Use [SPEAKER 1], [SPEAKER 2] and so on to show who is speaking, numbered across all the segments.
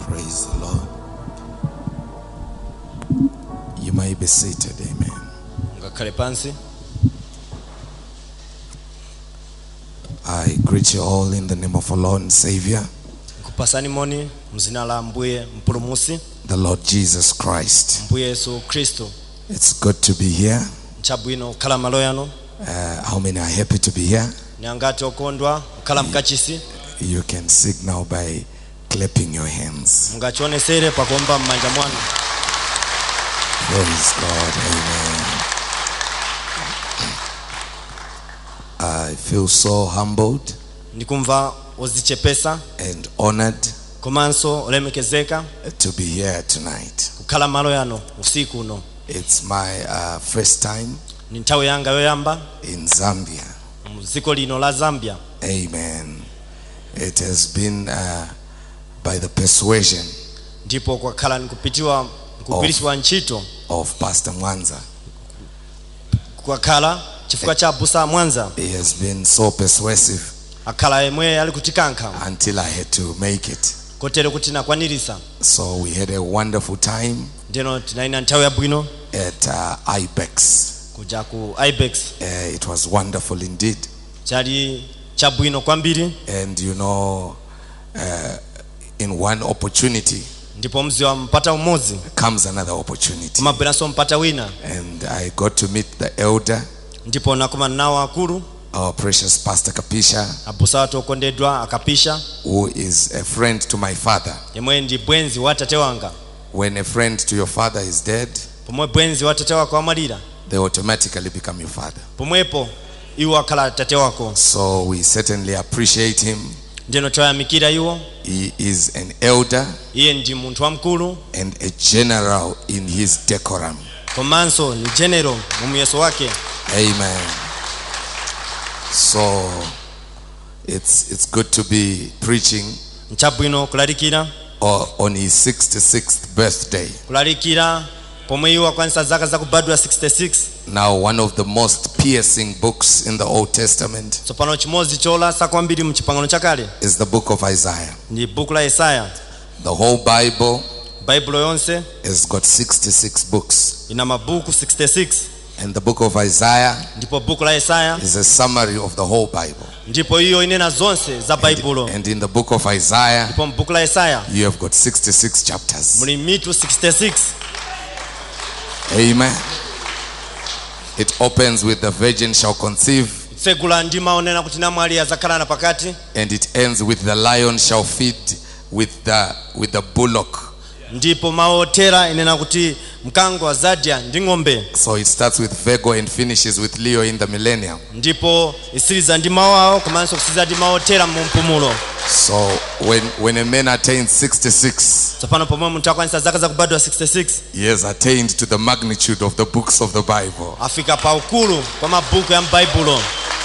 [SPEAKER 1] Praise the Lord. You may be seated. Amen.
[SPEAKER 2] nga kale pansi
[SPEAKER 1] I greet you all in the name of our Lord and Savior,
[SPEAKER 2] nkupasani moni mzina la mbuye mpulumusi
[SPEAKER 1] the Lord Jesus Christ.
[SPEAKER 2] mbuye yesu kristo
[SPEAKER 1] It's good to be here.
[SPEAKER 2] nchabwino okhala malo yano
[SPEAKER 1] Uh, how many are happy to be here?
[SPEAKER 2] ne angati okondwa okhala mkachisi
[SPEAKER 1] You can signal by clapping your hands.
[SPEAKER 2] mungachionesere pakomba m'manja mwanu
[SPEAKER 1] Praise God. Amen. I feel so humbled
[SPEAKER 2] ndikumva ozichepesa
[SPEAKER 1] and honored
[SPEAKER 2] komanso olemekezeka
[SPEAKER 1] to be here tonight.
[SPEAKER 2] kukhala malo yano usiku uno
[SPEAKER 1] It's my uh, first time
[SPEAKER 2] ni nthawi yanga yoyamba
[SPEAKER 1] in Zambia.
[SPEAKER 2] mu dziko lino la zambia
[SPEAKER 1] Amen. It has been uh, by the persuasion
[SPEAKER 2] ndipo kwakhala nikupitiwa nkupiriswa ntchito
[SPEAKER 1] of Pastor Mwanza.
[SPEAKER 2] kwakhala chifukwa cha abusa amwanza
[SPEAKER 1] He has been so persuasive
[SPEAKER 2] akhala yemwe ali kutikankha
[SPEAKER 1] until I had to make it.
[SPEAKER 2] kotero kuti nakwanirisa
[SPEAKER 1] So we had a wonderful time
[SPEAKER 2] ndeno tinayina nthawi yabwino
[SPEAKER 1] at uh, IBEX.
[SPEAKER 2] kuja ku ibex
[SPEAKER 1] Uh, it was wonderful indeed.
[SPEAKER 2] chali chabwino kwambiri
[SPEAKER 1] And you know, uh, in one opportunity
[SPEAKER 2] ndipo mziwa mpata umodzi
[SPEAKER 1] comes another opportunity.
[SPEAKER 2] kumabweranso mpata wina
[SPEAKER 1] And I got to meet the elder,
[SPEAKER 2] ndipo nakomana nawo akulu
[SPEAKER 1] our precious Pastor Kapisha,
[SPEAKER 2] abusa watu okondedwa akapisha
[SPEAKER 1] who is a friend to my father.
[SPEAKER 2] yemwe ndi bwenzi wa tate wanga
[SPEAKER 1] When a friend to your father is dead,
[SPEAKER 2] pomwe bwenzi wa tate wako amwalira
[SPEAKER 1] they automatically become your father.
[SPEAKER 2] pomwepo iwo akhala tate wako
[SPEAKER 1] So we certainly appreciate him.
[SPEAKER 2] ndeno twayamikira iwo
[SPEAKER 1] He is an elder
[SPEAKER 2] iye ndi munthu wamkulu
[SPEAKER 1] and a general in his decorum.
[SPEAKER 2] komanso ni general mu muyeso wake
[SPEAKER 1] Amen. So it's it's good to be preaching
[SPEAKER 2] nchabwino kulalikira
[SPEAKER 1] o- on his 66th birthday.
[SPEAKER 2] kulalikira pomwe iwo akwanisa zaka zakubadwa 66
[SPEAKER 1] Now one of the most piercing books in the Old Testament
[SPEAKER 2] tsopano chimodzi cholasa kwambiri mu pangano chakale
[SPEAKER 1] is the book of Isaiah.
[SPEAKER 2] ndi buku la yesaya
[SPEAKER 1] The whole Bible
[SPEAKER 2] baibulo yonse
[SPEAKER 1] has got 66 books
[SPEAKER 2] ina mabuku 66
[SPEAKER 1] and the book of Isaiah
[SPEAKER 2] ndipo buku la yesaya
[SPEAKER 1] is a summary of the whole Bible.
[SPEAKER 2] ndipo iyo inena zonse za baibulo
[SPEAKER 1] And in the book of Isaiah,
[SPEAKER 2] ndipo mbuku la yesaya
[SPEAKER 1] you have got 66 chapters.
[SPEAKER 2] muli mitu 66
[SPEAKER 1] Amen. It opens with the virgin shall conceive,
[SPEAKER 2] tsegula ndi maonena kuti namwali azakhalana pakati
[SPEAKER 1] and it ends with the lion shall feed with the with the bullock.
[SPEAKER 2] ndipo maotera inena kuti mkango azadya ndi ng'ombe
[SPEAKER 1] So it starts with Virgo and finishes with Leo in the millennium.
[SPEAKER 2] ndipo isiriza ndi mawu awo komanso kusiriza ndi maotera mu mpumulo
[SPEAKER 1] So when when a man attains 66,
[SPEAKER 2] tsopano pomwe munthu akwanisa zaka zakubadwa 66
[SPEAKER 1] he has attained to the magnitude of the books of the Bible.
[SPEAKER 2] afika paukulu kwa mabuku ya mbaibulo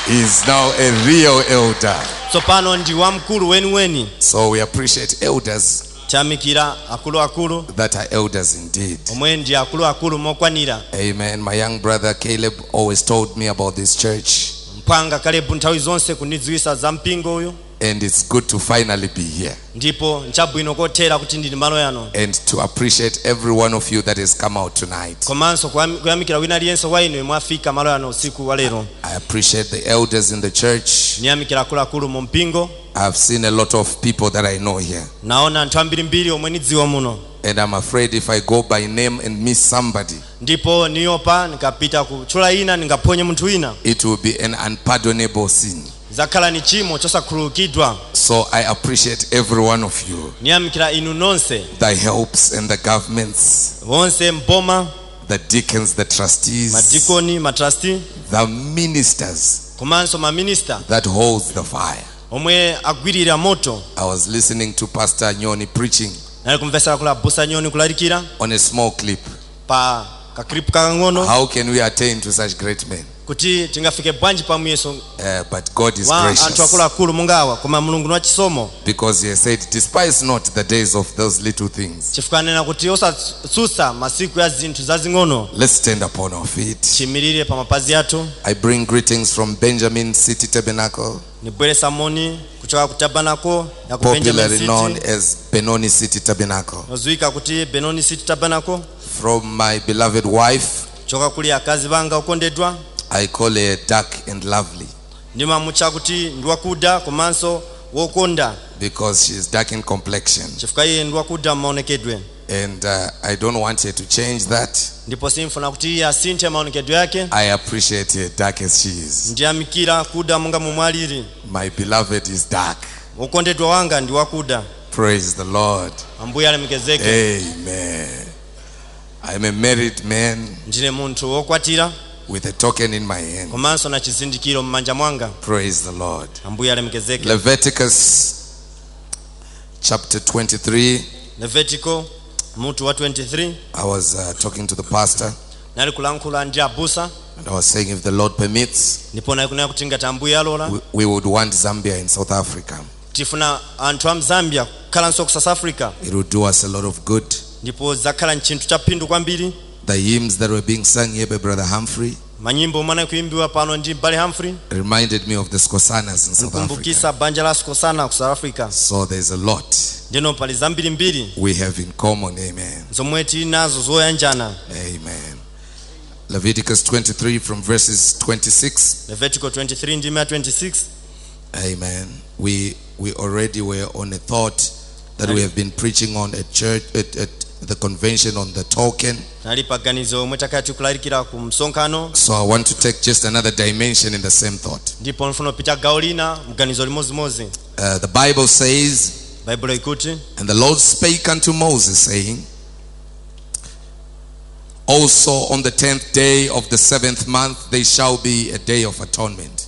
[SPEAKER 1] He is now a real elder.
[SPEAKER 2] tsopano ndi wamkulu weniweni
[SPEAKER 1] So we appreciate elders
[SPEAKER 2] chamikira akuluakulu
[SPEAKER 1] that are elders indeed.
[SPEAKER 2] omwe ndi akuluakulu mokwanira
[SPEAKER 1] Amen. My young brother Caleb always told me about this church,
[SPEAKER 2] mpanga kalebu nthawi zonse kundidziwisa za mpingo uyu
[SPEAKER 1] and it's good to finally be here
[SPEAKER 2] ndipo nchabwino kotera kuti ndili malo yano
[SPEAKER 1] and to appreciate every one of you that has come out tonight.
[SPEAKER 2] komanso kuyam- kuyamikira wina aliyense wa inu mwafika malo yano usiku wa lero
[SPEAKER 1] I appreciate the elders in the church.
[SPEAKER 2] ndiyamikira akuluakulu mu mpingo
[SPEAKER 1] I've seen a lot of people that I know here,
[SPEAKER 2] naona anthu ambirimbiri omwe nidziwa muno
[SPEAKER 1] and I'm afraid if I go by name and miss somebody,
[SPEAKER 2] ndipo niyopa nikapita kutchula ina ningaphonye munthu wina
[SPEAKER 1] it will be an unpardonable sin.
[SPEAKER 2] zakhala ni chimo chosakhululukidwa
[SPEAKER 1] So I appreciate every one of you,
[SPEAKER 2] ndiyamikira inu nonse
[SPEAKER 1] the helps and the governments,
[SPEAKER 2] vonse mpoma
[SPEAKER 1] the deacons, the trustees,
[SPEAKER 2] madikoni matrusti
[SPEAKER 1] the ministers
[SPEAKER 2] komanso maminista
[SPEAKER 1] that holds the fire.
[SPEAKER 2] omwe agwirira moto
[SPEAKER 1] I was listening to Pastor Nyoni preaching
[SPEAKER 2] nali kumvesera kula busa nyoni kulalikira
[SPEAKER 1] on a small clip.
[SPEAKER 2] pa kakripu kakang'ono
[SPEAKER 1] How can we attain to such great men?
[SPEAKER 2] kuti tingafike bwanji pamweso
[SPEAKER 1] Uh, but God is
[SPEAKER 2] wa anthu
[SPEAKER 1] gracious
[SPEAKER 2] akuluakulu mungawa koma mulungu wa chisomo
[SPEAKER 1] because He has said, Despise not the days of those little things.
[SPEAKER 2] chifukwa anena kuti osatsusa masiku ya zinthu zazing'ono
[SPEAKER 1] Let's stand upon our feet.
[SPEAKER 2] tiyimirire pa mapazi athu
[SPEAKER 1] I bring greetings from Benjamin City Tabernacle,
[SPEAKER 2] nibweresa moni kuchoka ku tabanako ya ku benjamin
[SPEAKER 1] popularly known
[SPEAKER 2] city
[SPEAKER 1] as Benoni City Tabernacle.
[SPEAKER 2] noziwika kuti benoni city tabanako
[SPEAKER 1] From my beloved wife,
[SPEAKER 2] choka kuli akazi banga okondedwa
[SPEAKER 1] I call her dark and lovely
[SPEAKER 2] ndimamutcha kuti ndi wakuda komanso wokonda
[SPEAKER 1] because she is dark in complexion.
[SPEAKER 2] chifukwa iye ndi wakuda mmaonekedwe
[SPEAKER 1] And uh, I don't want her to change that.
[SPEAKER 2] ndipo simfuna kuti iye asinthe maonekedwe yake
[SPEAKER 1] I appreciate her dark as she is.
[SPEAKER 2] ndiyamikira kuda monga momwe alili
[SPEAKER 1] My beloved is dark.
[SPEAKER 2] wokondedwa wanga ndi wakuda
[SPEAKER 1] Praise the Lord.
[SPEAKER 2] ambuye alemekezeke
[SPEAKER 1] Eh. Amen. I'm a married man
[SPEAKER 2] ndine munthu wokwatira
[SPEAKER 1] with a token in my hand.
[SPEAKER 2] komanso na chizindikiro m'manja mwanga
[SPEAKER 1] Praise the Lord.
[SPEAKER 2] ambuye alemekezeke
[SPEAKER 1] Leviticus chapter 23.
[SPEAKER 2] levetico mutu wa 23
[SPEAKER 1] I was uh, talking to the pastor
[SPEAKER 2] nali kulankhula ndi abusa
[SPEAKER 1] and I was saying, if the Lord permits,
[SPEAKER 2] ndipo nakunena kuti ngati ambuye alola
[SPEAKER 1] we, we would want Zambia and South Africa.
[SPEAKER 2] tifuna anthu a mzambia kukhalanso ku south africa
[SPEAKER 1] It would do us a lot of good.
[SPEAKER 2] ndipo zakhala mchinthu cha phindu kwambiri
[SPEAKER 1] The hymns that were being sung here by Brother Humphrey
[SPEAKER 2] manyimbo omwe anakuimbidwa pano ndi bale humphrey
[SPEAKER 1] reminded me of the Skosanas in South Africa.
[SPEAKER 2] kumbukisa banja la sikosana ku south africa
[SPEAKER 1] So there's a lot
[SPEAKER 2] ndino pali zambirimbiri
[SPEAKER 1] we have in common. Amen.
[SPEAKER 2] zomwe tili nazo zoyanjana
[SPEAKER 1] Amen. Leviticus 23 from verses 26.
[SPEAKER 2] levetico 23 ndima ya 26
[SPEAKER 1] Amen. We we already were on a thought that we have been preaching on at church at, at the convention on the token.
[SPEAKER 2] nali paganizo omwe takhala tikulalikira ku msonkhano
[SPEAKER 1] So I want to take just another dimension in the same thought.
[SPEAKER 2] ndipo nfuna kupita gawo lina mganizo limozimozi
[SPEAKER 1] Uh, the Bible says,
[SPEAKER 2] baibulo ikuti
[SPEAKER 1] and the Lord spake unto Moses, saying, Also on the tenth day of the seventh month there shall be a day of atonement.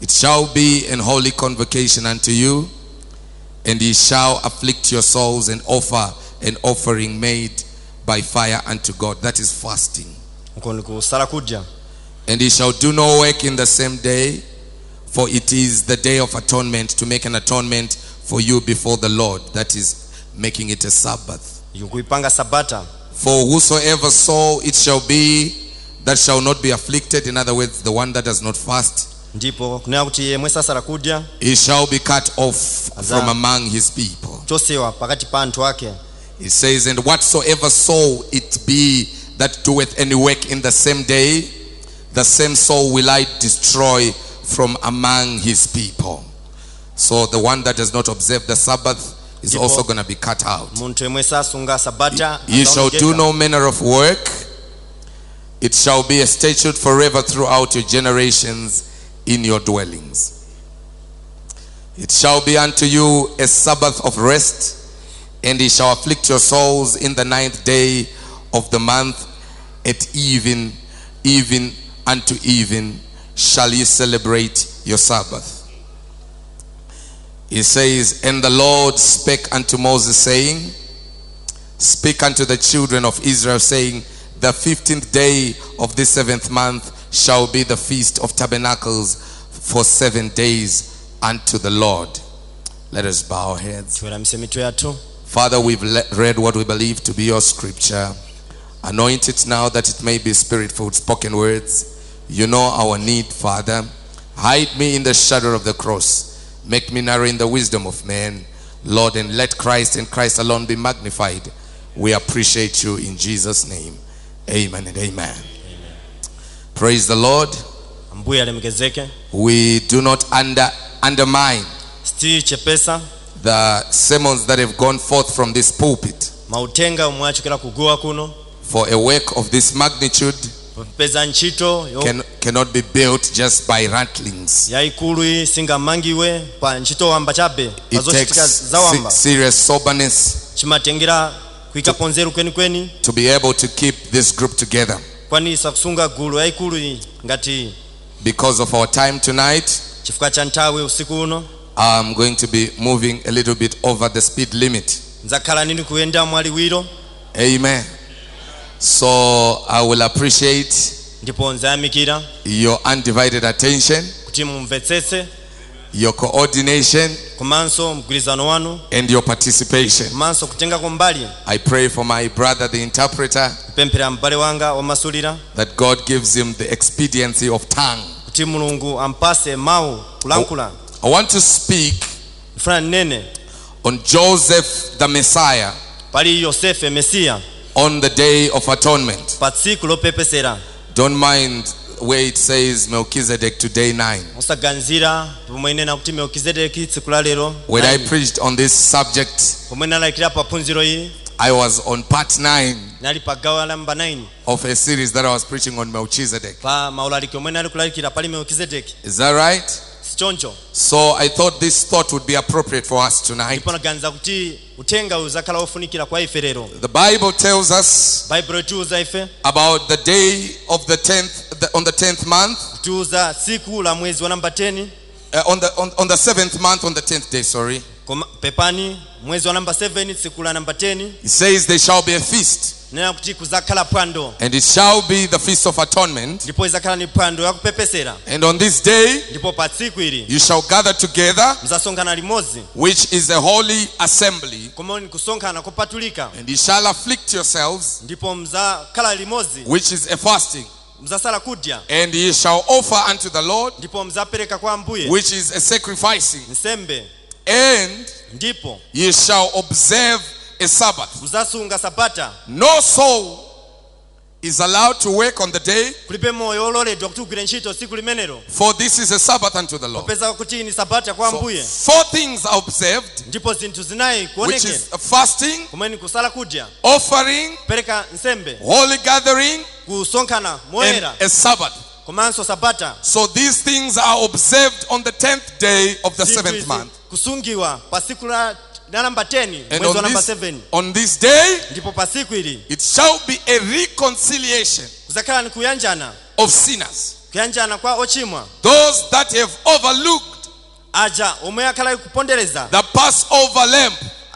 [SPEAKER 1] It shall be an holy convocation unto you, and ye shall afflict your souls and offer an offering made by fire unto God. That is fasting.
[SPEAKER 2] uko ni kusala kudya
[SPEAKER 1] And he shall do no work in the same day, for it is the day of atonement to make an atonement for you before the Lord. That is making it a Sabbath.
[SPEAKER 2] ikuipanga sabata
[SPEAKER 1] For whosoever sow it shall be that shall not be afflicted. In other words, the one that does not fast,
[SPEAKER 2] ndipo kunena kuti yemwe sasala kudya
[SPEAKER 1] he shall be cut off
[SPEAKER 2] Azaa.
[SPEAKER 1] from among his people.
[SPEAKER 2] chosewa pakati pa anthu ake
[SPEAKER 1] He says, And whatsoever soul it be that doeth any work in the same day, the same soul will I destroy from among his people. So the one that does not observe the Sabbath is
[SPEAKER 2] People-
[SPEAKER 1] also going to be cut out.
[SPEAKER 2] munthu yemwe sasunga sabata
[SPEAKER 1] Ye shall
[SPEAKER 2] adaonekeza.
[SPEAKER 1] do no manner of work. It shall be a statute forever throughout your generations in your dwellings. It shall be unto you a Sabbath of rest, and ye shall afflict your souls in the ninth day of the month at even, even unto even shall ye celebrate your Sabbath. He says, And the Lord spake unto Moses, saying, Speak unto the children of Israel, saying, The fifteenth day of this seventh month shall be the feast of tabernacles for seven days unto the Lord. Let us bow our heads.
[SPEAKER 2] tiweramise mitu yathu
[SPEAKER 1] Father, we've le- read what we believe to be your scripture. Anoint it now that it may be spirit filled spoken words. You know our need, Father. Hide me in the shadow of the cross. Make me narrow in the wisdom of man. Lord, and let Christ and Christ alone be magnified. We appreciate you in Jesus' name. Amen and amen. Praise the Lord.
[SPEAKER 2] ambuye alemekezeke
[SPEAKER 1] We do not under, undermine
[SPEAKER 2] stii chepesa
[SPEAKER 1] the sermons that have gone forth from this pulpit.
[SPEAKER 2] mautenga omwe achokera kuguwa kuno
[SPEAKER 1] For a work of this magnitude
[SPEAKER 2] popeza ntchito yo-
[SPEAKER 1] can, cannot be built just by rattlings.
[SPEAKER 2] yayikulu iyi singamangiwe pa ntchito wamba chabe
[SPEAKER 1] It
[SPEAKER 2] pa
[SPEAKER 1] takes
[SPEAKER 2] zochitika za
[SPEAKER 1] se-
[SPEAKER 2] wamba
[SPEAKER 1] serious soberness
[SPEAKER 2] chimatengera kuikapo nzeru kwenikweni
[SPEAKER 1] to be able to keep this group together.
[SPEAKER 2] kwanisa kusunga gulu yayikulu iyi ngati iyi.
[SPEAKER 1] Because of our time tonight,
[SPEAKER 2] chifukwa cha nthawi usiku uno
[SPEAKER 1] I'm going to be moving a little bit over the speed limit.
[SPEAKER 2] nzakhala nini kuyenda mwaliwiro
[SPEAKER 1] Amen. So I will appreciate
[SPEAKER 2] ndipo nzayamikira
[SPEAKER 1] your undivided attention,
[SPEAKER 2] kuti mumvetsetse
[SPEAKER 1] your coordination,
[SPEAKER 2] komanso mgwirizano wanu
[SPEAKER 1] and your participation.
[SPEAKER 2] komanso kutenga kumbali
[SPEAKER 1] I pray for my brother, the interpreter,
[SPEAKER 2] kupemphera m'bale wanga wamasulira
[SPEAKER 1] that God gives him the expediency of tongue.
[SPEAKER 2] kuti mulungu ampase mawu kulankhula
[SPEAKER 1] I want to speak
[SPEAKER 2] ndifuna nnene
[SPEAKER 1] on Joseph the Messiah
[SPEAKER 2] pali yosefe mesiya
[SPEAKER 1] on the day of atonement.
[SPEAKER 2] pa tsiku lopepesera
[SPEAKER 1] Don't mind where it says Melchizedek today 9.
[SPEAKER 2] musaganizira pomwe inena kuti melkizedeki tsiku la lero
[SPEAKER 1] When I preached on this subject,
[SPEAKER 2] pomwe nalalikira pa phunziro ili
[SPEAKER 1] I was on part 9
[SPEAKER 2] nali pa gawo la namba 9
[SPEAKER 1] of a series that I was preaching on Melchizedek.
[SPEAKER 2] pa maulaliki omwe nali kulalikira pali melkizedeki
[SPEAKER 1] Is that right?
[SPEAKER 2] sichoncho
[SPEAKER 1] So I thought this thought would be appropriate for us tonight.
[SPEAKER 2] ndipo naganiza kuti uthenga uzakhala wofunikira kwa ife lero
[SPEAKER 1] The Bible tells us
[SPEAKER 2] baibulo itiuza ife
[SPEAKER 1] about the day of the 10th the, on the 10th month
[SPEAKER 2] tiuza tsiku la mwezi wa namba 10
[SPEAKER 1] uh, on the on, on the 7th month on the 10th day sorry
[SPEAKER 2] koma pepani mwezi wa namba 7 tsiku la namba 10
[SPEAKER 1] it says there shall be a feast
[SPEAKER 2] nena kuti kuzakhala phwando
[SPEAKER 1] and it shall be the feast of atonement
[SPEAKER 2] ndipo izakhala ni phwando yakupepesera
[SPEAKER 1] and on this day
[SPEAKER 2] ndipo pa tsiku ili
[SPEAKER 1] you shall gather together
[SPEAKER 2] mzasonkhana limodzi
[SPEAKER 1] which is a holy assembly
[SPEAKER 2] koma ni kusonkhana kopatulika
[SPEAKER 1] and you shall afflict yourselves
[SPEAKER 2] ndipo mzakhala limodzi
[SPEAKER 1] which is a fasting
[SPEAKER 2] mzasala kudya
[SPEAKER 1] and ye shall offer unto the lord
[SPEAKER 2] ndipo mzapereka kwa ambuye
[SPEAKER 1] which is a sacrificing
[SPEAKER 2] nsembe
[SPEAKER 1] and
[SPEAKER 2] ndipo
[SPEAKER 1] ye shall observe a sabbath
[SPEAKER 2] mzasunga sabata
[SPEAKER 1] no soul is allowed to work on the day
[SPEAKER 2] kulibe moyo ololedwa kuti ugwire ntchito tsiku limenelo
[SPEAKER 1] For this is a Sabbath unto the Lord.
[SPEAKER 2] popeza kuti ni sabata kwa
[SPEAKER 1] So,
[SPEAKER 2] ambuye
[SPEAKER 1] four things are observed,
[SPEAKER 2] ndipo zinthu zinayi
[SPEAKER 1] which
[SPEAKER 2] kuonekera
[SPEAKER 1] is fasting,
[SPEAKER 2] kumene kusala kudya
[SPEAKER 1] offering,
[SPEAKER 2] kupereka nsembe
[SPEAKER 1] holy gathering,
[SPEAKER 2] kusonkhana
[SPEAKER 1] and
[SPEAKER 2] moyera
[SPEAKER 1] a Sabbath.
[SPEAKER 2] komanso sabata
[SPEAKER 1] So these things are observed on the tenth day of the
[SPEAKER 2] Zinthu
[SPEAKER 1] seventh
[SPEAKER 2] izi
[SPEAKER 1] month.
[SPEAKER 2] kusungiwa pa siku la la namba 10
[SPEAKER 1] And
[SPEAKER 2] mwezi wa
[SPEAKER 1] on
[SPEAKER 2] namba
[SPEAKER 1] this,
[SPEAKER 2] 7
[SPEAKER 1] on this day,
[SPEAKER 2] ndipo pa siku ili
[SPEAKER 1] it shall be a reconciliation
[SPEAKER 2] kuzakhala ni kuyanjana
[SPEAKER 1] of sinners.
[SPEAKER 2] kuyanjana kwa ochimwa
[SPEAKER 1] Those that have overlooked
[SPEAKER 2] aja omwe akhala kupondereza
[SPEAKER 1] the Passover lamb,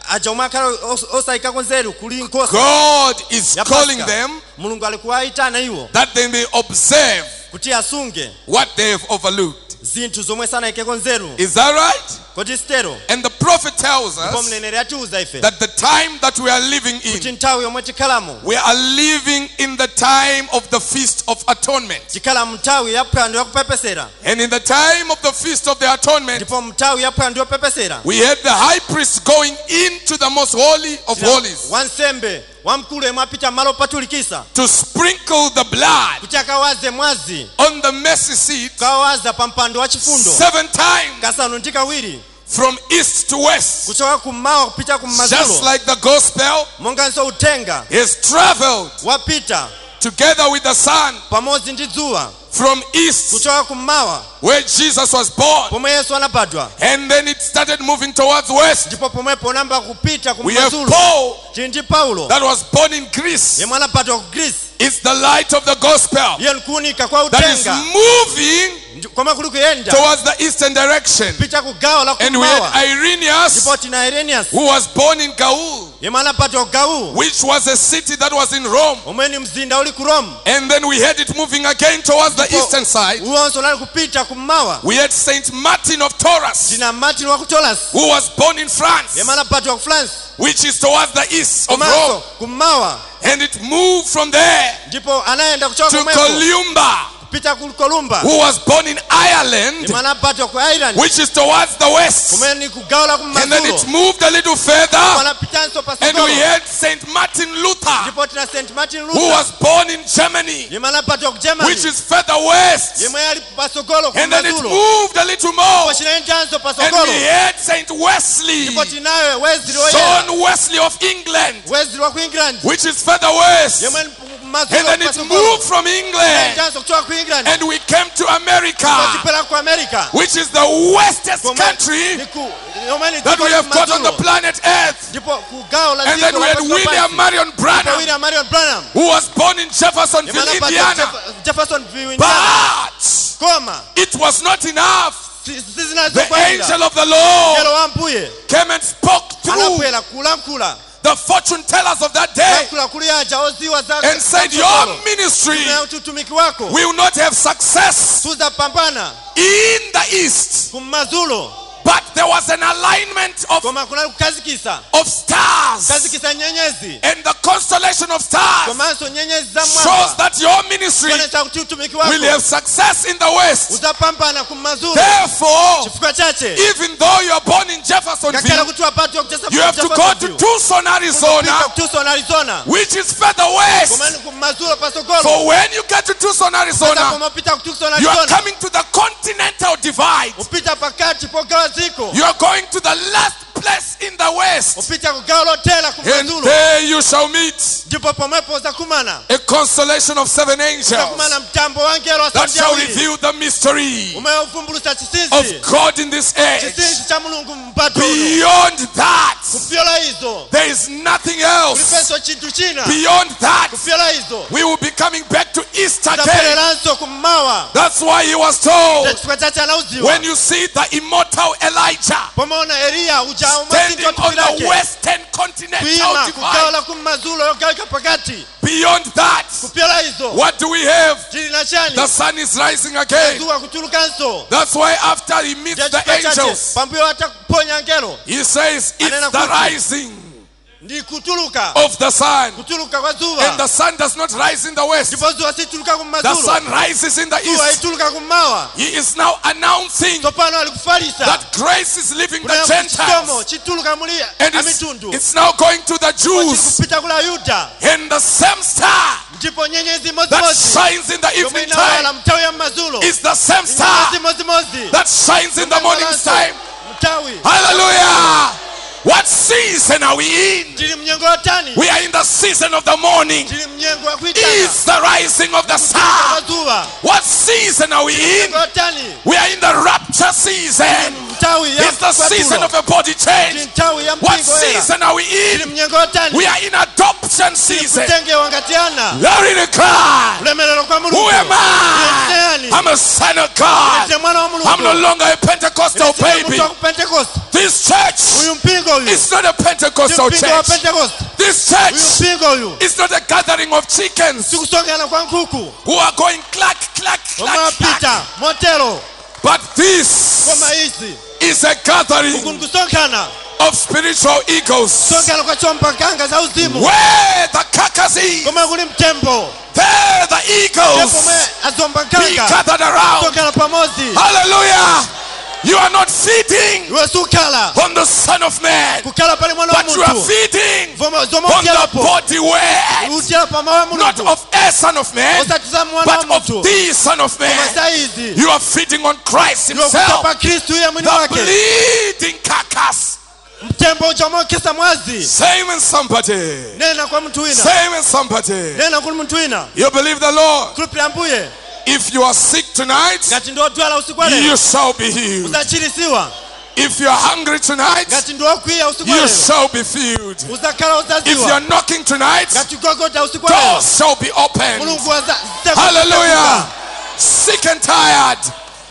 [SPEAKER 2] aja omwe akhala os- osayikako nzeru kuli nkosa
[SPEAKER 1] God is
[SPEAKER 2] ya
[SPEAKER 1] calling
[SPEAKER 2] Paska.
[SPEAKER 1] them
[SPEAKER 2] mulungu ali kuwayitana iwo
[SPEAKER 1] that they may observe
[SPEAKER 2] kuti asunge
[SPEAKER 1] what they have overlooked.
[SPEAKER 2] zinthu zomwe sanayikeko nzeru
[SPEAKER 1] Is that right?
[SPEAKER 2] koti sitero
[SPEAKER 1] And the prophet tells
[SPEAKER 2] ndipo
[SPEAKER 1] us
[SPEAKER 2] mneneri atiuza ife
[SPEAKER 1] that the time that we are living
[SPEAKER 2] kuti
[SPEAKER 1] in,
[SPEAKER 2] nthawi yomwe tikhalamo
[SPEAKER 1] we are living in the time of the feast of atonement.
[SPEAKER 2] tikhala mnthawi ya phwando yakupepesera
[SPEAKER 1] And in the time of the feast of the atonement,
[SPEAKER 2] ndipo mnthawi ya phwando yopepesera
[SPEAKER 1] we had the high priest going into the most holy of holies
[SPEAKER 2] wansembe wamkulu yemwe apita malo opatulikisa
[SPEAKER 1] to sprinkle the blood
[SPEAKER 2] kuti akawaze mwazi
[SPEAKER 1] on the mercy seat
[SPEAKER 2] kawaza pa mpando wa chifundo
[SPEAKER 1] seven times
[SPEAKER 2] kasanu ndi kawiri
[SPEAKER 1] from east to west.
[SPEAKER 2] kuchoka kummawa kupita
[SPEAKER 1] Just
[SPEAKER 2] kummazulo
[SPEAKER 1] like the gospel
[SPEAKER 2] monganso uthenga
[SPEAKER 1] is traveled
[SPEAKER 2] wapita
[SPEAKER 1] together with the sun
[SPEAKER 2] pamodzi ndi dzuwa
[SPEAKER 1] from east
[SPEAKER 2] kuchoka kummawa
[SPEAKER 1] where Jesus was born.
[SPEAKER 2] pomwe yesu anabadwa
[SPEAKER 1] And then it started moving towards west.
[SPEAKER 2] ndipo pomwepo unamba kupita
[SPEAKER 1] We have
[SPEAKER 2] kummazulo
[SPEAKER 1] Paul
[SPEAKER 2] tili ndi paulo
[SPEAKER 1] that was born in Greece.
[SPEAKER 2] yemwe anabadwa ku grisi
[SPEAKER 1] It's the light of the gospel
[SPEAKER 2] iye nkuunika kwa
[SPEAKER 1] that is
[SPEAKER 2] uthenga
[SPEAKER 1] moving
[SPEAKER 2] ndi- komwe kuli kuyenda
[SPEAKER 1] towards the eastern direction.
[SPEAKER 2] kupita ku gawo la
[SPEAKER 1] And we had
[SPEAKER 2] kummawa
[SPEAKER 1] Irenaeus
[SPEAKER 2] ndipo tina irenius
[SPEAKER 1] who was born in Gaul,
[SPEAKER 2] yemwe anabadwa ku gawu
[SPEAKER 1] which was a city that was in Rome.
[SPEAKER 2] omwe ni mzinda uli ku rome
[SPEAKER 1] And then we had it moving again towards the
[SPEAKER 2] Ndipo
[SPEAKER 1] eastern side.
[SPEAKER 2] uwonso unali kupita kummawa
[SPEAKER 1] We had Saint Martin of Taurus
[SPEAKER 2] tina martin wa ku tolas
[SPEAKER 1] who was born in France,
[SPEAKER 2] yemwe anabadwa ku france
[SPEAKER 1] which is towards the east of
[SPEAKER 2] komanso
[SPEAKER 1] Rome.
[SPEAKER 2] kummawa
[SPEAKER 1] And it moved from there
[SPEAKER 2] ndipo anayenda kuchoka
[SPEAKER 1] to
[SPEAKER 2] kumweko
[SPEAKER 1] Columba
[SPEAKER 2] kupita ku kolumba
[SPEAKER 1] who was born in Ireland,
[SPEAKER 2] yemwe anabadwa ku ireland
[SPEAKER 1] which is towards the west.
[SPEAKER 2] kumene ni kugawo la
[SPEAKER 1] And then it
[SPEAKER 2] kummazulo
[SPEAKER 1] moved a little further,
[SPEAKER 2] wanapitanso pa
[SPEAKER 1] and we
[SPEAKER 2] Sodomo.
[SPEAKER 1] had Saint Martin Luther,
[SPEAKER 2] ndipo tina st martin
[SPEAKER 1] who
[SPEAKER 2] luther
[SPEAKER 1] was born in Germany,
[SPEAKER 2] yemwe anabadwa ku
[SPEAKER 1] which
[SPEAKER 2] germany
[SPEAKER 1] is further west.
[SPEAKER 2] yemwe ali pasogolo
[SPEAKER 1] And then it
[SPEAKER 2] kummazulo
[SPEAKER 1] moved a little more,
[SPEAKER 2] ndipo chinayendanso
[SPEAKER 1] and
[SPEAKER 2] pasogolo
[SPEAKER 1] we had Saint Wesley,
[SPEAKER 2] ndipo tinayo weziri oyera
[SPEAKER 1] John Wesley of England,
[SPEAKER 2] weziri wa ku england
[SPEAKER 1] which is further west.
[SPEAKER 2] yemwe ali
[SPEAKER 1] And
[SPEAKER 2] kummazulo
[SPEAKER 1] then it moved
[SPEAKER 2] pasogolo
[SPEAKER 1] from England,
[SPEAKER 2] chinayendanso kuchoka ku england
[SPEAKER 1] and ah. we came to America,
[SPEAKER 2] pachipera ku america
[SPEAKER 1] which is the westest
[SPEAKER 2] Komwe-
[SPEAKER 1] country
[SPEAKER 2] ni ku- yomwe ni
[SPEAKER 1] that
[SPEAKER 2] dziko
[SPEAKER 1] we have got on the
[SPEAKER 2] kummazulo.
[SPEAKER 1] planet Earth.
[SPEAKER 2] ndipo ku gawo la
[SPEAKER 1] And then we
[SPEAKER 2] dziko la
[SPEAKER 1] had
[SPEAKER 2] pansi pa
[SPEAKER 1] William
[SPEAKER 2] pansi.
[SPEAKER 1] Marion
[SPEAKER 2] Ndipo
[SPEAKER 1] Branham,
[SPEAKER 2] William Marion Branham
[SPEAKER 1] who was born in
[SPEAKER 2] yemwe
[SPEAKER 1] Jeffersonville,
[SPEAKER 2] anabadwa
[SPEAKER 1] Indiana.
[SPEAKER 2] Jeff- Jeffersonville, Indiana.
[SPEAKER 1] But
[SPEAKER 2] koma
[SPEAKER 1] it was not enough.
[SPEAKER 2] si-
[SPEAKER 1] The
[SPEAKER 2] sizinazokwanira
[SPEAKER 1] angel of the Lord
[SPEAKER 2] mngelo wa mbuye
[SPEAKER 1] came and spoke through
[SPEAKER 2] anabwera kulankhula
[SPEAKER 1] the fortune tellers of that day
[SPEAKER 2] akulakulira aja oziwa za-
[SPEAKER 1] and said, Your ministry
[SPEAKER 2] na utumiki wako
[SPEAKER 1] will not have success
[SPEAKER 2] tuza pambana
[SPEAKER 1] in the East.
[SPEAKER 2] kummazulo
[SPEAKER 1] But there was an alignment of,
[SPEAKER 2] koma kunali kukazikisa
[SPEAKER 1] of stars,
[SPEAKER 2] kukazikisa nyenyezi
[SPEAKER 1] and the constellation of stars
[SPEAKER 2] komanso nyenyezi za
[SPEAKER 1] shows
[SPEAKER 2] mwamba
[SPEAKER 1] that your ministry
[SPEAKER 2] kuonesa kuti utumiki
[SPEAKER 1] will
[SPEAKER 2] wako
[SPEAKER 1] have success in the West.
[SPEAKER 2] uzapambana kummazulo
[SPEAKER 1] Therefore,
[SPEAKER 2] chifukwa chache
[SPEAKER 1] even though you are born in
[SPEAKER 2] ngakhale
[SPEAKER 1] Jeffersonville,
[SPEAKER 2] kuti wapatwa kuchesa
[SPEAKER 1] you have to go to Tucson, Arizona,
[SPEAKER 2] tucson arizona
[SPEAKER 1] which is further west.
[SPEAKER 2] komani kummazulo pasogolo
[SPEAKER 1] So when you get to Tucson,
[SPEAKER 2] Sasa
[SPEAKER 1] Arizona,
[SPEAKER 2] koma upita ku tucson
[SPEAKER 1] you are
[SPEAKER 2] arizona
[SPEAKER 1] coming to the continental divide.
[SPEAKER 2] upita pakati pogawa dziko
[SPEAKER 1] You are going to the last place in the west.
[SPEAKER 2] upita ku gawo lotera
[SPEAKER 1] And
[SPEAKER 2] kummazulo
[SPEAKER 1] there you shall meet
[SPEAKER 2] ndipo pomwepo uzakumana
[SPEAKER 1] a constellation of seven angels
[SPEAKER 2] uzakumana mtambo wa angelo
[SPEAKER 1] that shall
[SPEAKER 2] wasaudiawiri
[SPEAKER 1] reveal the mystery
[SPEAKER 2] umene uvumbulusa
[SPEAKER 1] of
[SPEAKER 2] chisinzi
[SPEAKER 1] God in this age.
[SPEAKER 2] chisinzi cha mulungu mpatu uno
[SPEAKER 1] Beyond that,
[SPEAKER 2] kupyola izo
[SPEAKER 1] there is nothing else.
[SPEAKER 2] kulipenso chinthu china
[SPEAKER 1] Beyond that,
[SPEAKER 2] kupyola izo
[SPEAKER 1] we will be coming back to Easter again.
[SPEAKER 2] zapereranso kummawa
[SPEAKER 1] That's why he was told
[SPEAKER 2] chachifukwa chache anauziwa
[SPEAKER 1] when you see the immortal Elijah
[SPEAKER 2] pomona eliya uja
[SPEAKER 1] standing
[SPEAKER 2] umazinga
[SPEAKER 1] on
[SPEAKER 2] thupi
[SPEAKER 1] the
[SPEAKER 2] lake
[SPEAKER 1] western continental
[SPEAKER 2] kuyima
[SPEAKER 1] divide.
[SPEAKER 2] kugawola kummazulo yogawika pakati
[SPEAKER 1] Beyond that,
[SPEAKER 2] kupyola izo
[SPEAKER 1] what do we have?
[SPEAKER 2] chili na chani
[SPEAKER 1] The sun is rising again.
[SPEAKER 2] zuwa kuchulukanso
[SPEAKER 1] That's why after he meets the
[SPEAKER 2] chachifukwa chache
[SPEAKER 1] angels,
[SPEAKER 2] pambuyo atakuponya angelo
[SPEAKER 1] he says it's
[SPEAKER 2] Anena
[SPEAKER 1] the
[SPEAKER 2] kuti,
[SPEAKER 1] rising
[SPEAKER 2] ndi kutuluka
[SPEAKER 1] of the sun.
[SPEAKER 2] kutuluka kwa
[SPEAKER 1] And Oh. the
[SPEAKER 2] zuwa
[SPEAKER 1] sun does not rise in the west.
[SPEAKER 2] ndipo zuwa situluka
[SPEAKER 1] The
[SPEAKER 2] kummazulo
[SPEAKER 1] sun rises in the
[SPEAKER 2] Yesu
[SPEAKER 1] east.
[SPEAKER 2] aituluka kummawa
[SPEAKER 1] He is now announcing
[SPEAKER 2] tsopano alikufarisa
[SPEAKER 1] that grace is leaving the
[SPEAKER 2] Kunena kuti chisomo
[SPEAKER 1] Gentiles.
[SPEAKER 2] chituluka muli
[SPEAKER 1] And it's,
[SPEAKER 2] amitundu
[SPEAKER 1] it's now going to the Jews.
[SPEAKER 2] kupita kula yuda
[SPEAKER 1] And the same star
[SPEAKER 2] ndipo nyenyezi
[SPEAKER 1] that
[SPEAKER 2] mozimozi
[SPEAKER 1] shines in the
[SPEAKER 2] yomwe
[SPEAKER 1] evening
[SPEAKER 2] inawala
[SPEAKER 1] time
[SPEAKER 2] mtawi ya mmazulo
[SPEAKER 1] is the same star
[SPEAKER 2] nyenyezi mozimozi
[SPEAKER 1] that shines in the morning time.
[SPEAKER 2] mtawi
[SPEAKER 1] Hallelujah. What season are we in?
[SPEAKER 2] tili mnyengo yotani
[SPEAKER 1] We are in the season of the morning.
[SPEAKER 2] tili mnyengo wakuitana
[SPEAKER 1] Is the rising of the sun.
[SPEAKER 2] mazuwa
[SPEAKER 1] What season are we in?
[SPEAKER 2] mnyengo yotani
[SPEAKER 1] We are in the rapture season.
[SPEAKER 2] mtawi ya
[SPEAKER 1] It's the season of
[SPEAKER 2] kwatulo
[SPEAKER 1] a body
[SPEAKER 2] tili
[SPEAKER 1] change.
[SPEAKER 2] mtawi ya
[SPEAKER 1] What
[SPEAKER 2] mpingo era
[SPEAKER 1] season are we
[SPEAKER 2] tili
[SPEAKER 1] in?
[SPEAKER 2] mnyengo yotani
[SPEAKER 1] We are in adoption season.
[SPEAKER 2] kutengewa ngatiana
[SPEAKER 1] Glory to God.
[SPEAKER 2] ulemelero kwa
[SPEAKER 1] Who
[SPEAKER 2] mulungu
[SPEAKER 1] am I?
[SPEAKER 2] Yes,
[SPEAKER 1] I'm a son of God.
[SPEAKER 2] ndiye mwana wa
[SPEAKER 1] I'm no
[SPEAKER 2] mulungu
[SPEAKER 1] longer a Pentecostal baby.
[SPEAKER 2] mtu wa kupentekoste
[SPEAKER 1] This church
[SPEAKER 2] uyu mpingo uyu
[SPEAKER 1] is not a Pentecostal
[SPEAKER 2] mpingo wa
[SPEAKER 1] church.
[SPEAKER 2] pentekoste
[SPEAKER 1] This
[SPEAKER 2] uyu
[SPEAKER 1] church
[SPEAKER 2] mpingo uyu
[SPEAKER 1] is not a gathering of chickens
[SPEAKER 2] tikusongana kwa nkuku
[SPEAKER 1] who are going clack, clack, clack, clack.
[SPEAKER 2] omapita motero
[SPEAKER 1] But this
[SPEAKER 2] koma izi
[SPEAKER 1] is a gathering
[SPEAKER 2] kunkusonkhana
[SPEAKER 1] of spiritual eagles.
[SPEAKER 2] kusonkhana kwa chomba nkanga za uzimu
[SPEAKER 1] Where the carcass is,
[SPEAKER 2] koma kuli
[SPEAKER 1] Oh.
[SPEAKER 2] mtembo
[SPEAKER 1] there the
[SPEAKER 2] ndipo mwe
[SPEAKER 1] eagles be
[SPEAKER 2] azomba nkanga
[SPEAKER 1] gathered around.
[SPEAKER 2] kusonkhana pamodzi
[SPEAKER 1] Hallelujah! You are not feeding
[SPEAKER 2] iwe sukhala
[SPEAKER 1] on the Son of Man,
[SPEAKER 2] kukhala pali mwana wa
[SPEAKER 1] but you are
[SPEAKER 2] munthu
[SPEAKER 1] feeding
[SPEAKER 2] Voma- zoma
[SPEAKER 1] on the
[SPEAKER 2] udyalapo
[SPEAKER 1] body weight,
[SPEAKER 2] udyala pa mawa
[SPEAKER 1] not
[SPEAKER 2] mulungu
[SPEAKER 1] of a Son of Man,
[SPEAKER 2] osati za mwana wa
[SPEAKER 1] but of
[SPEAKER 2] munthu
[SPEAKER 1] the Son of
[SPEAKER 2] koma
[SPEAKER 1] Man.
[SPEAKER 2] za izi
[SPEAKER 1] You are feeding on Christ
[SPEAKER 2] iwekuta
[SPEAKER 1] Himself,
[SPEAKER 2] pa khristu iye mwini
[SPEAKER 1] the
[SPEAKER 2] wake
[SPEAKER 1] bleeding carcass.
[SPEAKER 2] mtembo uja umaokhesa mwazi
[SPEAKER 1] Same in somebody.
[SPEAKER 2] nena kwa munthu wina
[SPEAKER 1] Same in somebody.
[SPEAKER 2] nena kuli munthu wina
[SPEAKER 1] You believe the Lord.
[SPEAKER 2] kulupira ambuye
[SPEAKER 1] If you are sick tonight,
[SPEAKER 2] ngati ndi odwala usiku wa lero
[SPEAKER 1] you shall be healed.
[SPEAKER 2] uzachirisiwa
[SPEAKER 1] If you are hungry tonight,
[SPEAKER 2] ngati ndi okwiya usiku wa
[SPEAKER 1] you
[SPEAKER 2] lero
[SPEAKER 1] shall be filled.
[SPEAKER 2] uzakhala
[SPEAKER 1] If you
[SPEAKER 2] uzaziwa
[SPEAKER 1] are knocking tonight,
[SPEAKER 2] ngati gogoda usiku wa lero
[SPEAKER 1] doors shall be opened.
[SPEAKER 2] mulungu waza
[SPEAKER 1] Hallelujah. Sick and tired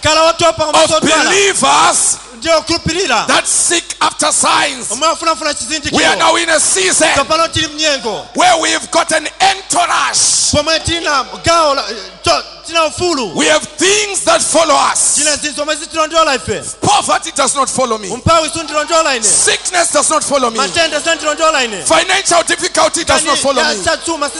[SPEAKER 2] kala watopa
[SPEAKER 1] of
[SPEAKER 2] omusodwala
[SPEAKER 1] believers
[SPEAKER 2] ndi okhulupirira
[SPEAKER 1] that seek after signs.
[SPEAKER 2] omwe
[SPEAKER 1] We
[SPEAKER 2] afunafuna
[SPEAKER 1] are
[SPEAKER 2] chizindikiro
[SPEAKER 1] now in a season
[SPEAKER 2] tsopano tili mnyengo
[SPEAKER 1] where we've got an entourage.
[SPEAKER 2] pomwe tina gawo la- to- tina ufulu
[SPEAKER 1] We have things that follow us.
[SPEAKER 2] tina zinthu zomwe zitilondola ife
[SPEAKER 1] Poverty does not follow me.
[SPEAKER 2] umphawi sundilondola
[SPEAKER 1] Mm.
[SPEAKER 2] ine
[SPEAKER 1] Sickness does not follow me.
[SPEAKER 2] matenda sandilondola ine
[SPEAKER 1] Financial difficulty does not follow me.
[SPEAKER 2] satsuma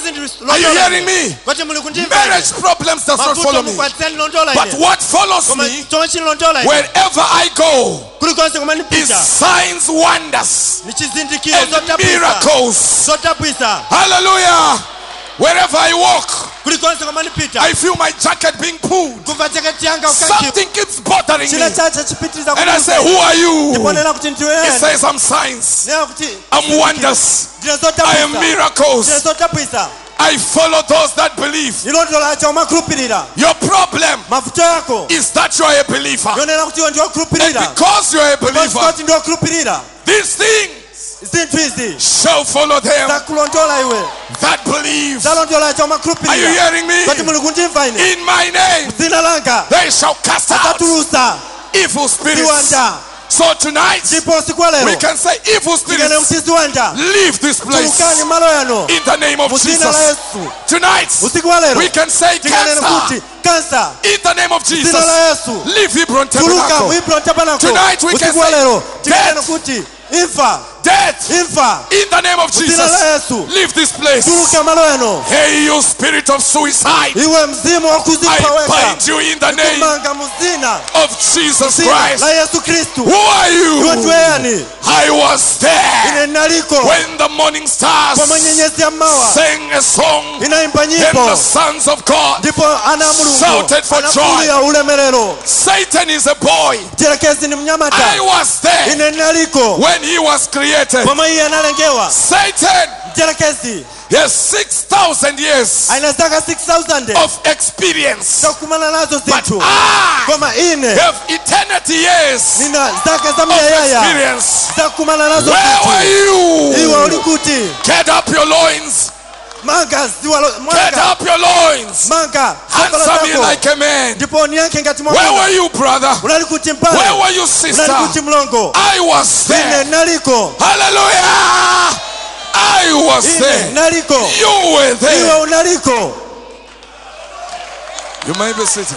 [SPEAKER 1] Are you hearing me?
[SPEAKER 2] koti muli kundimva
[SPEAKER 1] Marriage problems does not follow me.
[SPEAKER 2] kwatilondola
[SPEAKER 1] But
[SPEAKER 2] ine
[SPEAKER 1] what follows
[SPEAKER 2] koma
[SPEAKER 1] me
[SPEAKER 2] chomwe chilondola ine
[SPEAKER 1] wherever I go
[SPEAKER 2] kulikonse kumene
[SPEAKER 1] is
[SPEAKER 2] mpita
[SPEAKER 1] signs, wonders,
[SPEAKER 2] ni chizindikiro
[SPEAKER 1] and
[SPEAKER 2] zotapwisa
[SPEAKER 1] miracles.
[SPEAKER 2] zotapwisa
[SPEAKER 1] Hallelujah. Wherever I walk,
[SPEAKER 2] kulikonse kumene mpita
[SPEAKER 1] I feel my jacket being pulled.
[SPEAKER 2] kumva chakati yanga ukachiwa
[SPEAKER 1] Something keeps bothering me.
[SPEAKER 2] china chache chipitiriza
[SPEAKER 1] And I say, Who are you?
[SPEAKER 2] kuponena kuti
[SPEAKER 1] He
[SPEAKER 2] ndiwene
[SPEAKER 1] says, I'm signs,
[SPEAKER 2] nena kuti
[SPEAKER 1] I'm wonders,
[SPEAKER 2] ndine
[SPEAKER 1] I am
[SPEAKER 2] zotapwisa ndine
[SPEAKER 1] miracles.
[SPEAKER 2] zotapwisa
[SPEAKER 1] I follow those that believe.
[SPEAKER 2] ilondola acha umakhulupirira
[SPEAKER 1] Your problem
[SPEAKER 2] mavuto yako
[SPEAKER 1] is that you are a believer.
[SPEAKER 2] yonena kuti iwe
[SPEAKER 1] And
[SPEAKER 2] ndiokhulupirira
[SPEAKER 1] because you are a believer,
[SPEAKER 2] kuti ndiokhulupirira
[SPEAKER 1] these things
[SPEAKER 2] zinthu izi
[SPEAKER 1] shall follow them
[SPEAKER 2] zakulondola iwe
[SPEAKER 1] that believe.
[SPEAKER 2] zalondola acha
[SPEAKER 1] Are you
[SPEAKER 2] umakhulupirira
[SPEAKER 1] hearing
[SPEAKER 2] koti
[SPEAKER 1] me?
[SPEAKER 2] muli kundimva ine
[SPEAKER 1] In my name,
[SPEAKER 2] zina langa
[SPEAKER 1] they shall cast out
[SPEAKER 2] atatulusa
[SPEAKER 1] evil spirits.
[SPEAKER 2] ziwanda
[SPEAKER 1] So tonight,
[SPEAKER 2] ndipo siku ya
[SPEAKER 1] we
[SPEAKER 2] lero
[SPEAKER 1] can say, evil
[SPEAKER 2] tigane
[SPEAKER 1] spirits,
[SPEAKER 2] mtizi wenda
[SPEAKER 1] leave this place
[SPEAKER 2] tulukani malo yano
[SPEAKER 1] in the name of
[SPEAKER 2] mu zina la
[SPEAKER 1] Jesus.
[SPEAKER 2] yesu
[SPEAKER 1] Tonight,
[SPEAKER 2] usiku wa lero
[SPEAKER 1] we can say,
[SPEAKER 2] tiganeni
[SPEAKER 1] cancer,
[SPEAKER 2] kuti kansa
[SPEAKER 1] in the name of Jesus,
[SPEAKER 2] zina la yesu
[SPEAKER 1] leave Hebron
[SPEAKER 2] tuluka
[SPEAKER 1] Tabernacle.
[SPEAKER 2] mwibro tabanako
[SPEAKER 1] Tonight we can
[SPEAKER 2] usiku wa
[SPEAKER 1] say,
[SPEAKER 2] lero tiganeni
[SPEAKER 1] death.
[SPEAKER 2] kuti imfa
[SPEAKER 1] Death,
[SPEAKER 2] imfa
[SPEAKER 1] in the name of
[SPEAKER 2] zina la
[SPEAKER 1] Jesus,
[SPEAKER 2] yesu
[SPEAKER 1] leave this place.
[SPEAKER 2] tuluka malo yano
[SPEAKER 1] Hey, you spirit of suicide,
[SPEAKER 2] iwe mzimu wa
[SPEAKER 1] I
[SPEAKER 2] kuzipaweka
[SPEAKER 1] bind you in the name
[SPEAKER 2] kumanga mu zina
[SPEAKER 1] of Jesus
[SPEAKER 2] zina la
[SPEAKER 1] Christ.
[SPEAKER 2] yesu kristu
[SPEAKER 1] Who are
[SPEAKER 2] iwe
[SPEAKER 1] you?
[SPEAKER 2] tweyani
[SPEAKER 1] I was there
[SPEAKER 2] ine naliko
[SPEAKER 1] when the morning stars
[SPEAKER 2] pomwe nyenyezi ya mmawa
[SPEAKER 1] sang a song
[SPEAKER 2] inaimba
[SPEAKER 1] and
[SPEAKER 2] nyimbo
[SPEAKER 1] the sons of God.
[SPEAKER 2] ndipo ana mulungu
[SPEAKER 1] Shouted for joy.
[SPEAKER 2] anakulia ulemerero
[SPEAKER 1] Satan is a boy.
[SPEAKER 2] jerekezi ni mnyamata
[SPEAKER 1] I was there
[SPEAKER 2] ine naliko
[SPEAKER 1] when he was created.
[SPEAKER 2] pomwe iye analengewa
[SPEAKER 1] Satan
[SPEAKER 2] jerekezi
[SPEAKER 1] has 6,000 years
[SPEAKER 2] aina zaka 6000
[SPEAKER 1] of experience,
[SPEAKER 2] takumana nazo
[SPEAKER 1] Oh. but
[SPEAKER 2] zinthu
[SPEAKER 1] I
[SPEAKER 2] koma ine
[SPEAKER 1] have eternity years
[SPEAKER 2] nina zaka za
[SPEAKER 1] of
[SPEAKER 2] miyayaya
[SPEAKER 1] experience.
[SPEAKER 2] takumana nazo
[SPEAKER 1] Where were
[SPEAKER 2] zinthu iwe uli
[SPEAKER 1] you?
[SPEAKER 2] kuti
[SPEAKER 1] Get up your loins.
[SPEAKER 2] manga ziwa lo-
[SPEAKER 1] Get
[SPEAKER 2] mwanga
[SPEAKER 1] up your loins.
[SPEAKER 2] manga zaka
[SPEAKER 1] Answer me
[SPEAKER 2] zako.
[SPEAKER 1] like a man.
[SPEAKER 2] ndipo uniyanke ngati
[SPEAKER 1] Where
[SPEAKER 2] mwa
[SPEAKER 1] were you, brother?
[SPEAKER 2] unali kuti
[SPEAKER 1] Where
[SPEAKER 2] mpale
[SPEAKER 1] were you,
[SPEAKER 2] unali kuti
[SPEAKER 1] sister?
[SPEAKER 2] mlongo
[SPEAKER 1] I was
[SPEAKER 2] ine
[SPEAKER 1] there.
[SPEAKER 2] naliko
[SPEAKER 1] Hallelujah. I was
[SPEAKER 2] ine
[SPEAKER 1] there.
[SPEAKER 2] naliko
[SPEAKER 1] You were there.
[SPEAKER 2] iwe unaliko
[SPEAKER 1] You may be seated.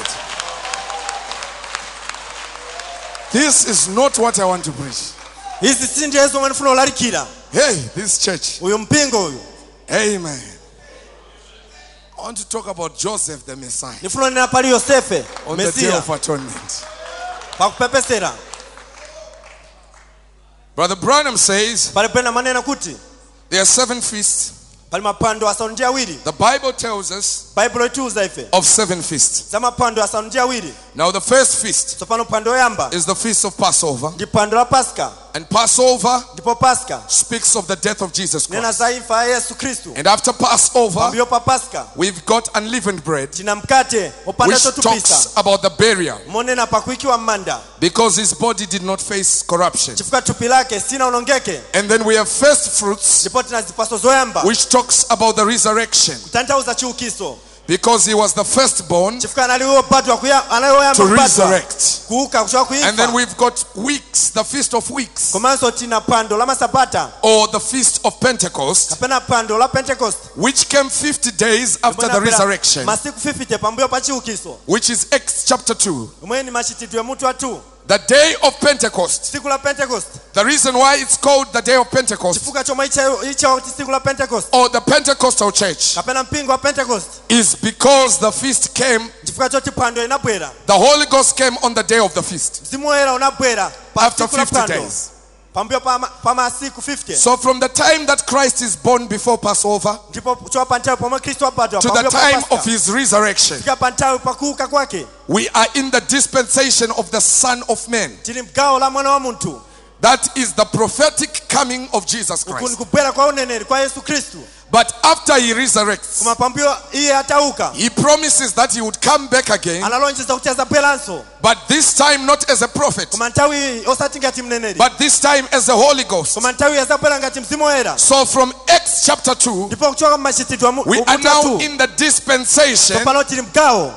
[SPEAKER 1] This is not what I want to preach.
[SPEAKER 2] izi si ndiye zomwe ndifuna ulalikira
[SPEAKER 1] Hey, this church.
[SPEAKER 2] uyu mpingo uyu
[SPEAKER 1] Amen. I want to talk about Joseph the Messiah
[SPEAKER 2] ndifuna unena pali yosefe
[SPEAKER 1] on the day
[SPEAKER 2] mesiya
[SPEAKER 1] of atonement.
[SPEAKER 2] pakupepesera
[SPEAKER 1] Brother Branham says
[SPEAKER 2] pali pena manena kuti
[SPEAKER 1] there are seven feasts.
[SPEAKER 2] pali maphwando asanu ndi awiri
[SPEAKER 1] The Bible tells us
[SPEAKER 2] baibulo itiuza ife
[SPEAKER 1] of seven feasts.
[SPEAKER 2] za maphwando asanu ndi awiri
[SPEAKER 1] Now, the first feast
[SPEAKER 2] tsopano phwando yoyamba
[SPEAKER 1] is the feast of Passover,
[SPEAKER 2] ndi phwando la paska
[SPEAKER 1] and Passover
[SPEAKER 2] ndipo paska
[SPEAKER 1] speaks of the death of Jesus
[SPEAKER 2] nena
[SPEAKER 1] Christ.
[SPEAKER 2] za imfa ya yesu khristu
[SPEAKER 1] And after Passover,
[SPEAKER 2] pambuyo pa paska
[SPEAKER 1] we've got unleavened bread,
[SPEAKER 2] tina mkate opanda
[SPEAKER 1] which
[SPEAKER 2] chotupisa
[SPEAKER 1] talks about the burial.
[SPEAKER 2] monena pakuikiwa m'manda
[SPEAKER 1] because his body did not face corruption.
[SPEAKER 2] chifukwa thupi lake sina unongeke
[SPEAKER 1] And then we have first fruits,
[SPEAKER 2] ndipo tina zipaso zoyamba
[SPEAKER 1] which talks about the resurrection,
[SPEAKER 2] tanthauza chiukiso
[SPEAKER 1] because he was the firstborn
[SPEAKER 2] chifukwa anali wopatwa kuya- anali
[SPEAKER 1] to
[SPEAKER 2] woyamba kupatwa
[SPEAKER 1] resurrect.
[SPEAKER 2] kuuka kuchoka
[SPEAKER 1] And then
[SPEAKER 2] kuifa
[SPEAKER 1] we've got weeks, the feast of weeks,
[SPEAKER 2] komanso tina phwando la masabata
[SPEAKER 1] or the feast of Pentecost,
[SPEAKER 2] kapena phwando la pentecost
[SPEAKER 1] which came 50 days after the
[SPEAKER 2] Kumwena pera
[SPEAKER 1] resurrection,
[SPEAKER 2] masiku 50 pambuyo pa chiukiso
[SPEAKER 1] which is Acts chapter 2.
[SPEAKER 2] mweni machitidwe mutu athu
[SPEAKER 1] The day of Pentecost.
[SPEAKER 2] tsiku la pentecost
[SPEAKER 1] The reason why it's called the day of Pentecost
[SPEAKER 2] chifuka chomwe ichawo ichawo kuti tsiku la pentecost
[SPEAKER 1] or the Pentecostal church
[SPEAKER 2] kapena mpingo wa pentecost
[SPEAKER 1] is because the feast came,
[SPEAKER 2] chifuka choti phwando inabwera
[SPEAKER 1] the Holy Ghost came on the day of the feast.
[SPEAKER 2] mzimu woyera unabwera pa
[SPEAKER 1] After
[SPEAKER 2] tsiku la
[SPEAKER 1] 50
[SPEAKER 2] phwando
[SPEAKER 1] days.
[SPEAKER 2] pambuyo pa ma- pa masiku 50
[SPEAKER 1] So from the time that Christ is born before Passover
[SPEAKER 2] ndipo chowa pa nthawi pomwe khristu apatwa
[SPEAKER 1] to the
[SPEAKER 2] pambuyo pa
[SPEAKER 1] time of
[SPEAKER 2] Paska.
[SPEAKER 1] his resurrection,
[SPEAKER 2] Fika pa nthawi pa kuuka kwake
[SPEAKER 1] we are in the dispensation of the Son of Man.
[SPEAKER 2] tili mgawo la mwana wa munthu
[SPEAKER 1] That is the prophetic coming of Jesus
[SPEAKER 2] uku ni
[SPEAKER 1] Christ.
[SPEAKER 2] kubwera kwa uneneri kwa yesu khristu
[SPEAKER 1] But after he resurrects,
[SPEAKER 2] koma pambuyo iye atauka
[SPEAKER 1] he promises that he would come back again,
[SPEAKER 2] analonjeza kuti azabweranso
[SPEAKER 1] but this time not as a prophet,
[SPEAKER 2] koma nthawi iyi osati ngati mneneri
[SPEAKER 1] but this time as the Holy Ghost.
[SPEAKER 2] koma nthawi iyi azabwera ngati mzimu woyera
[SPEAKER 1] So from Acts chapter 2,
[SPEAKER 2] ndipo kuchoka mmachitidwe mu-
[SPEAKER 1] we are
[SPEAKER 2] ukutatu.
[SPEAKER 1] now in the dispensation
[SPEAKER 2] tsopano tili mgawo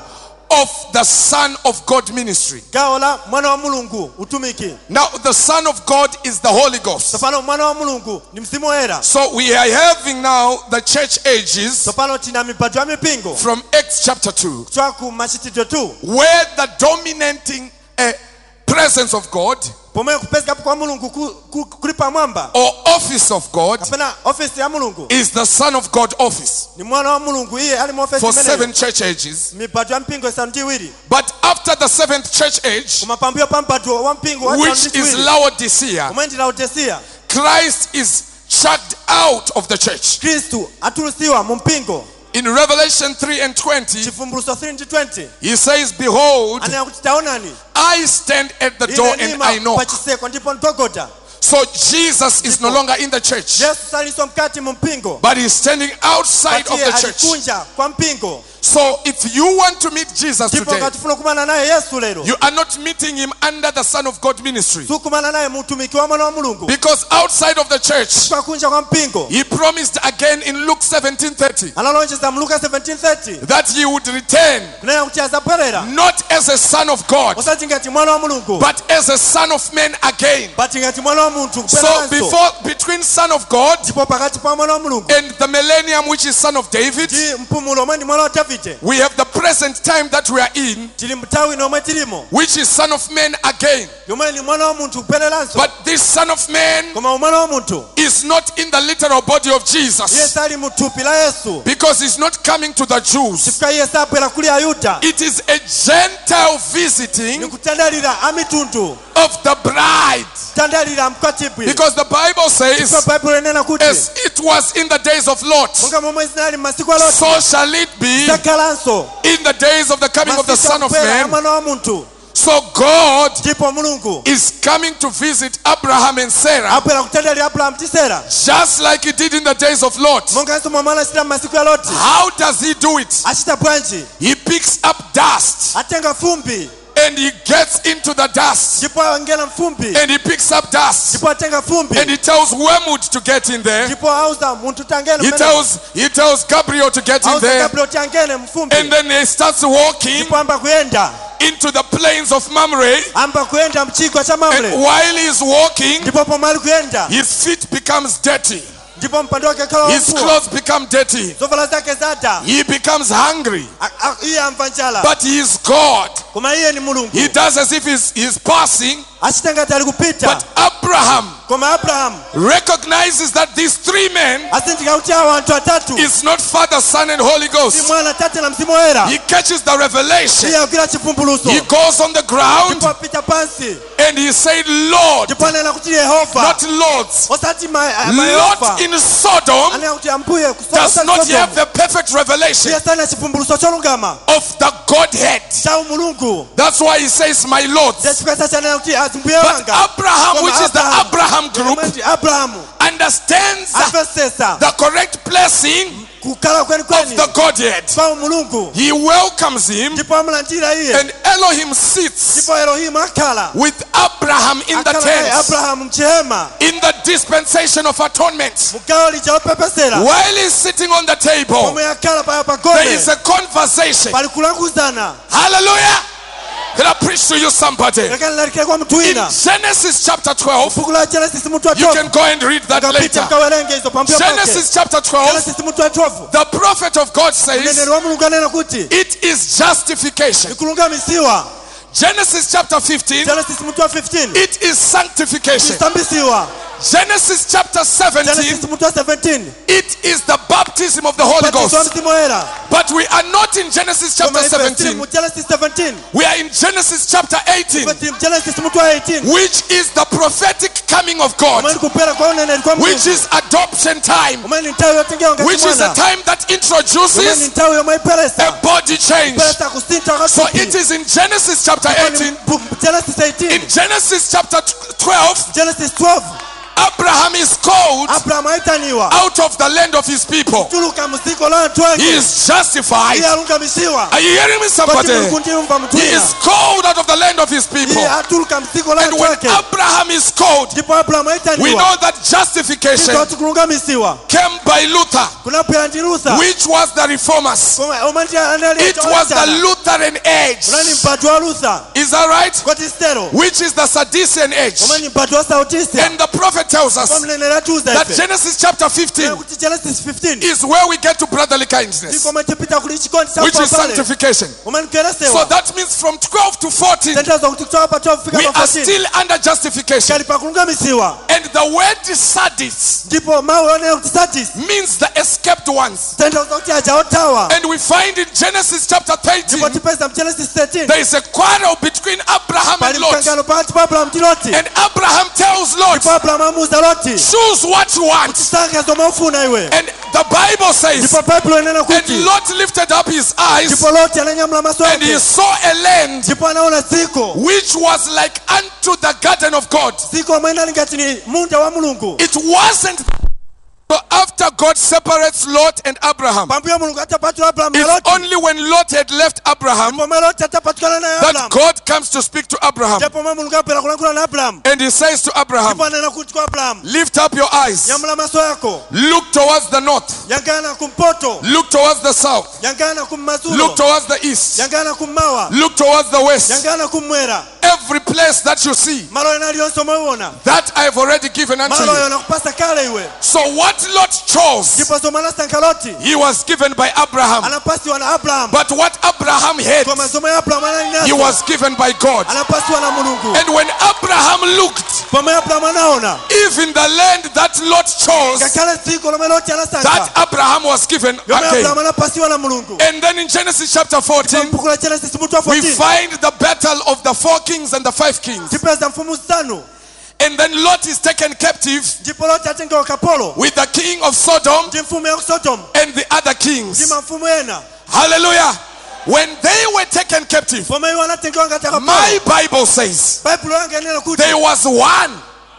[SPEAKER 1] of the Son of God ministry.
[SPEAKER 2] gawo la mwana wa mulungu utumiki
[SPEAKER 1] Now, the Son of God is the Holy Ghost.
[SPEAKER 2] tsopano mwana wa mulungu ni mzimu woyera
[SPEAKER 1] So we are having now the church ages
[SPEAKER 2] tsopano tina mibado ya mipingo
[SPEAKER 1] from Acts chapter 2,
[SPEAKER 2] kuchoka ku machitidwe 2
[SPEAKER 1] where the dominating uh, presence of God
[SPEAKER 2] pomwe kupezekapo kwa mulungu ku- ku- kuli pamwamba
[SPEAKER 1] or office of God
[SPEAKER 2] kapena ofesi ya mulungu
[SPEAKER 1] is the Son of God office
[SPEAKER 2] ni mwana wa mulungu iye ali mu ofesi
[SPEAKER 1] for
[SPEAKER 2] imeneyo
[SPEAKER 1] seven church ages.
[SPEAKER 2] mibado ya mpingo isanu ndi iwiri
[SPEAKER 1] But after the seventh church age,
[SPEAKER 2] koma pambuyo pa mpado wa mpingo wa isanu
[SPEAKER 1] which
[SPEAKER 2] ndi
[SPEAKER 1] is
[SPEAKER 2] iwiri
[SPEAKER 1] Laodicea,
[SPEAKER 2] omwe ndi laodesiya
[SPEAKER 1] Christ is chucked out of the church.
[SPEAKER 2] khristu atulusiwa mu mpingo
[SPEAKER 1] In Revelation 3 and 20,
[SPEAKER 2] chivumbuluso 3 ndi 20
[SPEAKER 1] he says, Behold,
[SPEAKER 2] anena kuti taonani
[SPEAKER 1] I stand at the door and I
[SPEAKER 2] inenima
[SPEAKER 1] knock.
[SPEAKER 2] pa chiseko ndipo ndogota
[SPEAKER 1] So Jesus is no longer in the church.
[SPEAKER 2] yesu saliswa mkati mu mpingo
[SPEAKER 1] But he's standing outside of
[SPEAKER 2] kati
[SPEAKER 1] the
[SPEAKER 2] iye
[SPEAKER 1] church.
[SPEAKER 2] alikunja kwa mpingo
[SPEAKER 1] So if you want to meet Jesus
[SPEAKER 2] ndipo
[SPEAKER 1] today,
[SPEAKER 2] nga tufuna okumana naye yesu leero
[SPEAKER 1] you are not meeting him under the Son of God ministry.
[SPEAKER 2] tukumana naye mutumiki wa mwana wa mulungu
[SPEAKER 1] Because outside of the church,
[SPEAKER 2] twakunja kwa mpingo
[SPEAKER 1] he promised again in Luke 17:30
[SPEAKER 2] analonjeza mu luka 17:30
[SPEAKER 1] that he would return
[SPEAKER 2] kunena kuti azabwerera
[SPEAKER 1] not as a son of God,
[SPEAKER 2] osati ngati mwana wa mulungu
[SPEAKER 1] but as a son of man again.
[SPEAKER 2] bati ngati mwana wa munthu
[SPEAKER 1] So
[SPEAKER 2] kubweranso
[SPEAKER 1] before between son of God
[SPEAKER 2] ndipo pakati pa mwana wa mulungu
[SPEAKER 1] and the millennium which is son of David,
[SPEAKER 2] ti mpumulo omwe ndi mwana wa davide
[SPEAKER 1] we have the present time that we are in,
[SPEAKER 2] tili mtawi nomwe tilimo
[SPEAKER 1] which is son of man again.
[SPEAKER 2] yomwe ni mwana wa munthu kubwereranso
[SPEAKER 1] But this son of man
[SPEAKER 2] koma umwana wa munthu
[SPEAKER 1] is not in the literal body of
[SPEAKER 2] iye
[SPEAKER 1] Jesus
[SPEAKER 2] sali mu thupi la yesu
[SPEAKER 1] because he's not coming to the Jews.
[SPEAKER 2] chifukwa iye sabwera kuli ayuda
[SPEAKER 1] It is a Gentile visiting
[SPEAKER 2] ni kutandalira a mitundu
[SPEAKER 1] of the bride
[SPEAKER 2] kutandalira mkwatibwi
[SPEAKER 1] because the Bible
[SPEAKER 2] ndipo
[SPEAKER 1] says,
[SPEAKER 2] baibulo inena kuti
[SPEAKER 1] as it was in the days of Lot,
[SPEAKER 2] monga momwe zinali m'masiku a loti
[SPEAKER 1] so shall it be
[SPEAKER 2] takhalanso
[SPEAKER 1] in the days of the coming of the
[SPEAKER 2] masiku
[SPEAKER 1] Son of
[SPEAKER 2] akubwera ya
[SPEAKER 1] Man.
[SPEAKER 2] mwana wa munthu
[SPEAKER 1] So God
[SPEAKER 2] ndipo mulungu
[SPEAKER 1] is coming to visit Abraham and Sarah
[SPEAKER 2] abwera kutandalira abrahamu tisera
[SPEAKER 1] just like he did in the days of Lot.
[SPEAKER 2] monganso momwe anachita m'masiku ya loti
[SPEAKER 1] How does he do it?
[SPEAKER 2] achita bwanji
[SPEAKER 1] He picks up dust
[SPEAKER 2] atenga fumbi
[SPEAKER 1] and he gets into the dust
[SPEAKER 2] ndipo awengera mfumbi
[SPEAKER 1] and he picks up dust
[SPEAKER 2] ndipo atenga
[SPEAKER 1] and
[SPEAKER 2] fumbi
[SPEAKER 1] he tells Wormwood to get in there.
[SPEAKER 2] ndipo auza munthu tangene
[SPEAKER 1] He tells he tells Gabriel to get in
[SPEAKER 2] auza
[SPEAKER 1] there.
[SPEAKER 2] kablo tiangene mfumbi
[SPEAKER 1] And then he starts walking
[SPEAKER 2] ndipo amba kuyenda
[SPEAKER 1] into the plains of Mamre.
[SPEAKER 2] amba kuyenda mchigwa cha
[SPEAKER 1] And
[SPEAKER 2] mamre
[SPEAKER 1] while he's walking,
[SPEAKER 2] ndipo pomwe ali kuyenda
[SPEAKER 1] his feet becomes dirty.
[SPEAKER 2] ndipo mpande wake khala
[SPEAKER 1] His
[SPEAKER 2] wamfuwa
[SPEAKER 1] clothes become dirty.
[SPEAKER 2] zovala zake zada
[SPEAKER 1] He becomes hungry.
[SPEAKER 2] A- a- iye amva njala
[SPEAKER 1] But he is God.
[SPEAKER 2] koma iye ni mulungu
[SPEAKER 1] He does as if he's, he's passing.
[SPEAKER 2] achita ngati ali kupita
[SPEAKER 1] But Abraham
[SPEAKER 2] koma abrahamu
[SPEAKER 1] recognizes that these three men
[SPEAKER 2] azindika kuti awa anthu atatu
[SPEAKER 1] is not Father, Son, and Holy
[SPEAKER 2] si
[SPEAKER 1] Ghost.
[SPEAKER 2] mwana tate na mzimu woyera
[SPEAKER 1] He catches the revelation.
[SPEAKER 2] iye agwira chivumbuluso
[SPEAKER 1] He goes on the ground
[SPEAKER 2] ndipo apita pansi
[SPEAKER 1] and he said, Lord,
[SPEAKER 2] ndipo anena kuti yehova
[SPEAKER 1] not Lords.
[SPEAKER 2] osati ma- a- mayehova
[SPEAKER 1] Lot in Sodom
[SPEAKER 2] anena kuti ambuye kuso-
[SPEAKER 1] does
[SPEAKER 2] osati
[SPEAKER 1] not have
[SPEAKER 2] Sodomu.
[SPEAKER 1] the perfect revelation
[SPEAKER 2] iye sana chivumbuluso cholungama
[SPEAKER 1] of the Godhead.
[SPEAKER 2] cha mulungu
[SPEAKER 1] That's why he says, My Lords.
[SPEAKER 2] chachipukasa chanena kuti azi mbuye
[SPEAKER 1] But
[SPEAKER 2] wanga
[SPEAKER 1] Abraham, which is the Abraham group,
[SPEAKER 2] Mwemwendi abrahamu
[SPEAKER 1] understands
[SPEAKER 2] amvesesa
[SPEAKER 1] the correct blessing
[SPEAKER 2] kukhala
[SPEAKER 1] of
[SPEAKER 2] kwenikweni
[SPEAKER 1] the Godhead.
[SPEAKER 2] pawo mulungu
[SPEAKER 1] He welcomes him,
[SPEAKER 2] ndipo amulandira iye
[SPEAKER 1] and Elohim sits
[SPEAKER 2] ndipo elohimu akhala
[SPEAKER 1] with Abraham in the
[SPEAKER 2] akhala naye
[SPEAKER 1] tent
[SPEAKER 2] abrahamu mchihema
[SPEAKER 1] in the dispensation of atonement.
[SPEAKER 2] mugawo lija opepesera
[SPEAKER 1] While he's sitting on the table,
[SPEAKER 2] pomwe akhala paya
[SPEAKER 1] there is
[SPEAKER 2] pagone
[SPEAKER 1] a conversation.
[SPEAKER 2] pali kulanguzana
[SPEAKER 1] Hallelujah! Can I preach to you somebody?
[SPEAKER 2] lekani lalikire kwa mnthu
[SPEAKER 1] In
[SPEAKER 2] wina
[SPEAKER 1] Genesis chapter 12,
[SPEAKER 2] fuko la genesis muthu wa
[SPEAKER 1] you can
[SPEAKER 2] 12
[SPEAKER 1] go and read that
[SPEAKER 2] kapita
[SPEAKER 1] later.
[SPEAKER 2] mkawerenge izo pambuyo pake
[SPEAKER 1] Genesis chapter 12,
[SPEAKER 2] genesis muthu wa 12
[SPEAKER 1] the prophet of God says,
[SPEAKER 2] mneneri wa mulungu anena kuti
[SPEAKER 1] It is justification.
[SPEAKER 2] ikulungamisiwa
[SPEAKER 1] Genesis chapter 15,
[SPEAKER 2] genesis muthu wa 15
[SPEAKER 1] it is sanctification.
[SPEAKER 2] isambisiwa
[SPEAKER 1] Genesis chapter 17,
[SPEAKER 2] genesis muthu wa 17
[SPEAKER 1] it is the baptism of the Holy
[SPEAKER 2] ubatizo wa
[SPEAKER 1] Ghost.
[SPEAKER 2] mzimu woyera
[SPEAKER 1] But we are not in Genesis chapter
[SPEAKER 2] Koma ife tili
[SPEAKER 1] 17,
[SPEAKER 2] mu genesis 17
[SPEAKER 1] we are in Genesis chapter 18,
[SPEAKER 2] ife tili mu genesis muthu wa 18
[SPEAKER 1] which is the prophetic coming of God,
[SPEAKER 2] omweni kupera kwa uneneri kwa
[SPEAKER 1] which
[SPEAKER 2] mulungu
[SPEAKER 1] is adoption time,
[SPEAKER 2] omweni ntawi yotengewa ngati
[SPEAKER 1] which is a
[SPEAKER 2] mwana
[SPEAKER 1] time that
[SPEAKER 2] omweni
[SPEAKER 1] introduces
[SPEAKER 2] ntawi yomwe iperesa
[SPEAKER 1] a body change.
[SPEAKER 2] kuperesa kusintha
[SPEAKER 1] So
[SPEAKER 2] kwathupi
[SPEAKER 1] it is in Genesis chapter 18,
[SPEAKER 2] Genesis
[SPEAKER 1] in
[SPEAKER 2] 18
[SPEAKER 1] Genesis chapter 12,
[SPEAKER 2] Genesis 12
[SPEAKER 1] Abraham is called
[SPEAKER 2] Abrahamu aitaniwa
[SPEAKER 1] out of the land of his people.
[SPEAKER 2] tuluka muziko la anthu
[SPEAKER 1] He
[SPEAKER 2] ake
[SPEAKER 1] is justified.
[SPEAKER 2] iye alungamisiwa
[SPEAKER 1] Are you hearing me,
[SPEAKER 2] koti
[SPEAKER 1] somebody?
[SPEAKER 2] mulungu ndimva
[SPEAKER 1] He
[SPEAKER 2] mtwina
[SPEAKER 1] is called out of the land of his people.
[SPEAKER 2] iye atuluka mziko la
[SPEAKER 1] And
[SPEAKER 2] anthu
[SPEAKER 1] when
[SPEAKER 2] ake
[SPEAKER 1] Abraham is called,
[SPEAKER 2] ndipo abrahamu
[SPEAKER 1] we
[SPEAKER 2] aitaniwa
[SPEAKER 1] know that justification
[SPEAKER 2] kuti kulungamisiwa
[SPEAKER 1] came by Luther,
[SPEAKER 2] kunabwera ndi lusa
[SPEAKER 1] which was the reformers.
[SPEAKER 2] Koma- omwe ndi analia
[SPEAKER 1] It was the
[SPEAKER 2] choonetsana.
[SPEAKER 1] Lutheran
[SPEAKER 2] Unani
[SPEAKER 1] age.
[SPEAKER 2] mpatu wa lusa
[SPEAKER 1] Is that right?
[SPEAKER 2] koti stero
[SPEAKER 1] Which is the Sadducean age.
[SPEAKER 2] omwe ni mpatu wa sautisia
[SPEAKER 1] And the prophet tells
[SPEAKER 2] kwa
[SPEAKER 1] us
[SPEAKER 2] mneneri atiuza
[SPEAKER 1] that
[SPEAKER 2] ife
[SPEAKER 1] Genesis chapter 15
[SPEAKER 2] kuti genesis 15
[SPEAKER 1] is where we get to brotherly kindness,
[SPEAKER 2] ndiko omwe tipita kuli chikondi cha
[SPEAKER 1] which is
[SPEAKER 2] kupambana
[SPEAKER 1] sanctification.
[SPEAKER 2] omwe
[SPEAKER 1] So
[SPEAKER 2] nikuyeresewa
[SPEAKER 1] that means from 12 to 14,
[SPEAKER 2] tendezo kuti kutoka pa 12
[SPEAKER 1] we
[SPEAKER 2] fika pa
[SPEAKER 1] are
[SPEAKER 2] 14
[SPEAKER 1] still under justification.
[SPEAKER 2] kali pakulungamisiwa
[SPEAKER 1] And the word sadis
[SPEAKER 2] ndipo mawu onena kuti satis
[SPEAKER 1] means the escaped ones.
[SPEAKER 2] tendezo kuti aja otawa
[SPEAKER 1] And we find in Genesis chapter
[SPEAKER 2] ndipo
[SPEAKER 1] 13,
[SPEAKER 2] tipeza mu genesis 13
[SPEAKER 1] there is a quarrel between Abraham
[SPEAKER 2] pali
[SPEAKER 1] and Lot.
[SPEAKER 2] mkangano pakati pa abrahamu ndi loti
[SPEAKER 1] And Abraham tells Lot,
[SPEAKER 2] ndipo abrahamu amuuza loti
[SPEAKER 1] choose what you want.
[SPEAKER 2] sankha zomwe ufuna iwe
[SPEAKER 1] And the Bible says,
[SPEAKER 2] ndipo baibulo inena
[SPEAKER 1] and
[SPEAKER 2] kuti
[SPEAKER 1] Lot lifted up his eyes
[SPEAKER 2] ndipo loti ananyamula maso
[SPEAKER 1] and he
[SPEAKER 2] yake
[SPEAKER 1] saw a land
[SPEAKER 2] ndipo anaona dziko
[SPEAKER 1] which was like unto the garden of God.
[SPEAKER 2] dziko omwe inali ngati ni munda wa mulungu
[SPEAKER 1] It wasn't So after God separates Lot and Abraham,
[SPEAKER 2] pambuyo mulungu atapatula abulamu na
[SPEAKER 1] it's
[SPEAKER 2] loti
[SPEAKER 1] only when Lot had left Abraham
[SPEAKER 2] mboma loti atapatikana naye
[SPEAKER 1] that
[SPEAKER 2] abulamu
[SPEAKER 1] God comes to speak to Abraham.
[SPEAKER 2] ndipo mwe mulungu apera kulankhula na abulamu
[SPEAKER 1] And he says to Abraham,
[SPEAKER 2] ndipo anena kuti kwa abulamu
[SPEAKER 1] Lift up your eyes,
[SPEAKER 2] nyamula maso yako
[SPEAKER 1] look towards the north,
[SPEAKER 2] yangana kumpoto
[SPEAKER 1] look towards the south,
[SPEAKER 2] yangana
[SPEAKER 1] look
[SPEAKER 2] kummazulo
[SPEAKER 1] towards the east,
[SPEAKER 2] yangana kummawa
[SPEAKER 1] look towards the west.
[SPEAKER 2] yangana kummwera
[SPEAKER 1] Every place that you see,
[SPEAKER 2] malo ena aliyonse omaiwona
[SPEAKER 1] that I've already given unto
[SPEAKER 2] malo
[SPEAKER 1] you.
[SPEAKER 2] yo nakupasa kale iwe
[SPEAKER 1] So what Lot chose,
[SPEAKER 2] ndipo zomanasa loti
[SPEAKER 1] he was given by Abraham.
[SPEAKER 2] anapasiwa na abulamu
[SPEAKER 1] But what Abraham had,
[SPEAKER 2] kwa masomo ya abulamu anali
[SPEAKER 1] he
[SPEAKER 2] nazo
[SPEAKER 1] was given by God.
[SPEAKER 2] anapasiwa na mulungu
[SPEAKER 1] And when Abraham looked,
[SPEAKER 2] pomwe abulamu anaona
[SPEAKER 1] even the land that Lot chose,
[SPEAKER 2] ngakhale dziko lomwe loti
[SPEAKER 1] that
[SPEAKER 2] anasankha
[SPEAKER 1] Abraham was given
[SPEAKER 2] yomwe
[SPEAKER 1] again.
[SPEAKER 2] abulamu anapasiwa na mulungu
[SPEAKER 1] And then in Genesis chapter 14,
[SPEAKER 2] pambuku la genesis mutu wa
[SPEAKER 1] we
[SPEAKER 2] 14
[SPEAKER 1] find the battle of the four kings and the five kings.
[SPEAKER 2] tipeza mfumu zanu
[SPEAKER 1] And then Lot is taken captive
[SPEAKER 2] ndipo loti atenga ukapolo
[SPEAKER 1] with the king of Sodom
[SPEAKER 2] ndi mfumu ya sodomu
[SPEAKER 1] and the other
[SPEAKER 2] ndi
[SPEAKER 1] kings.
[SPEAKER 2] mfumu ena
[SPEAKER 1] Hallelujah. When they were taken captive,
[SPEAKER 2] pomwe iwo anatengewa ngati
[SPEAKER 1] my
[SPEAKER 2] akapolo
[SPEAKER 1] Bible says
[SPEAKER 2] baibulo yanga inena kuti
[SPEAKER 1] there was one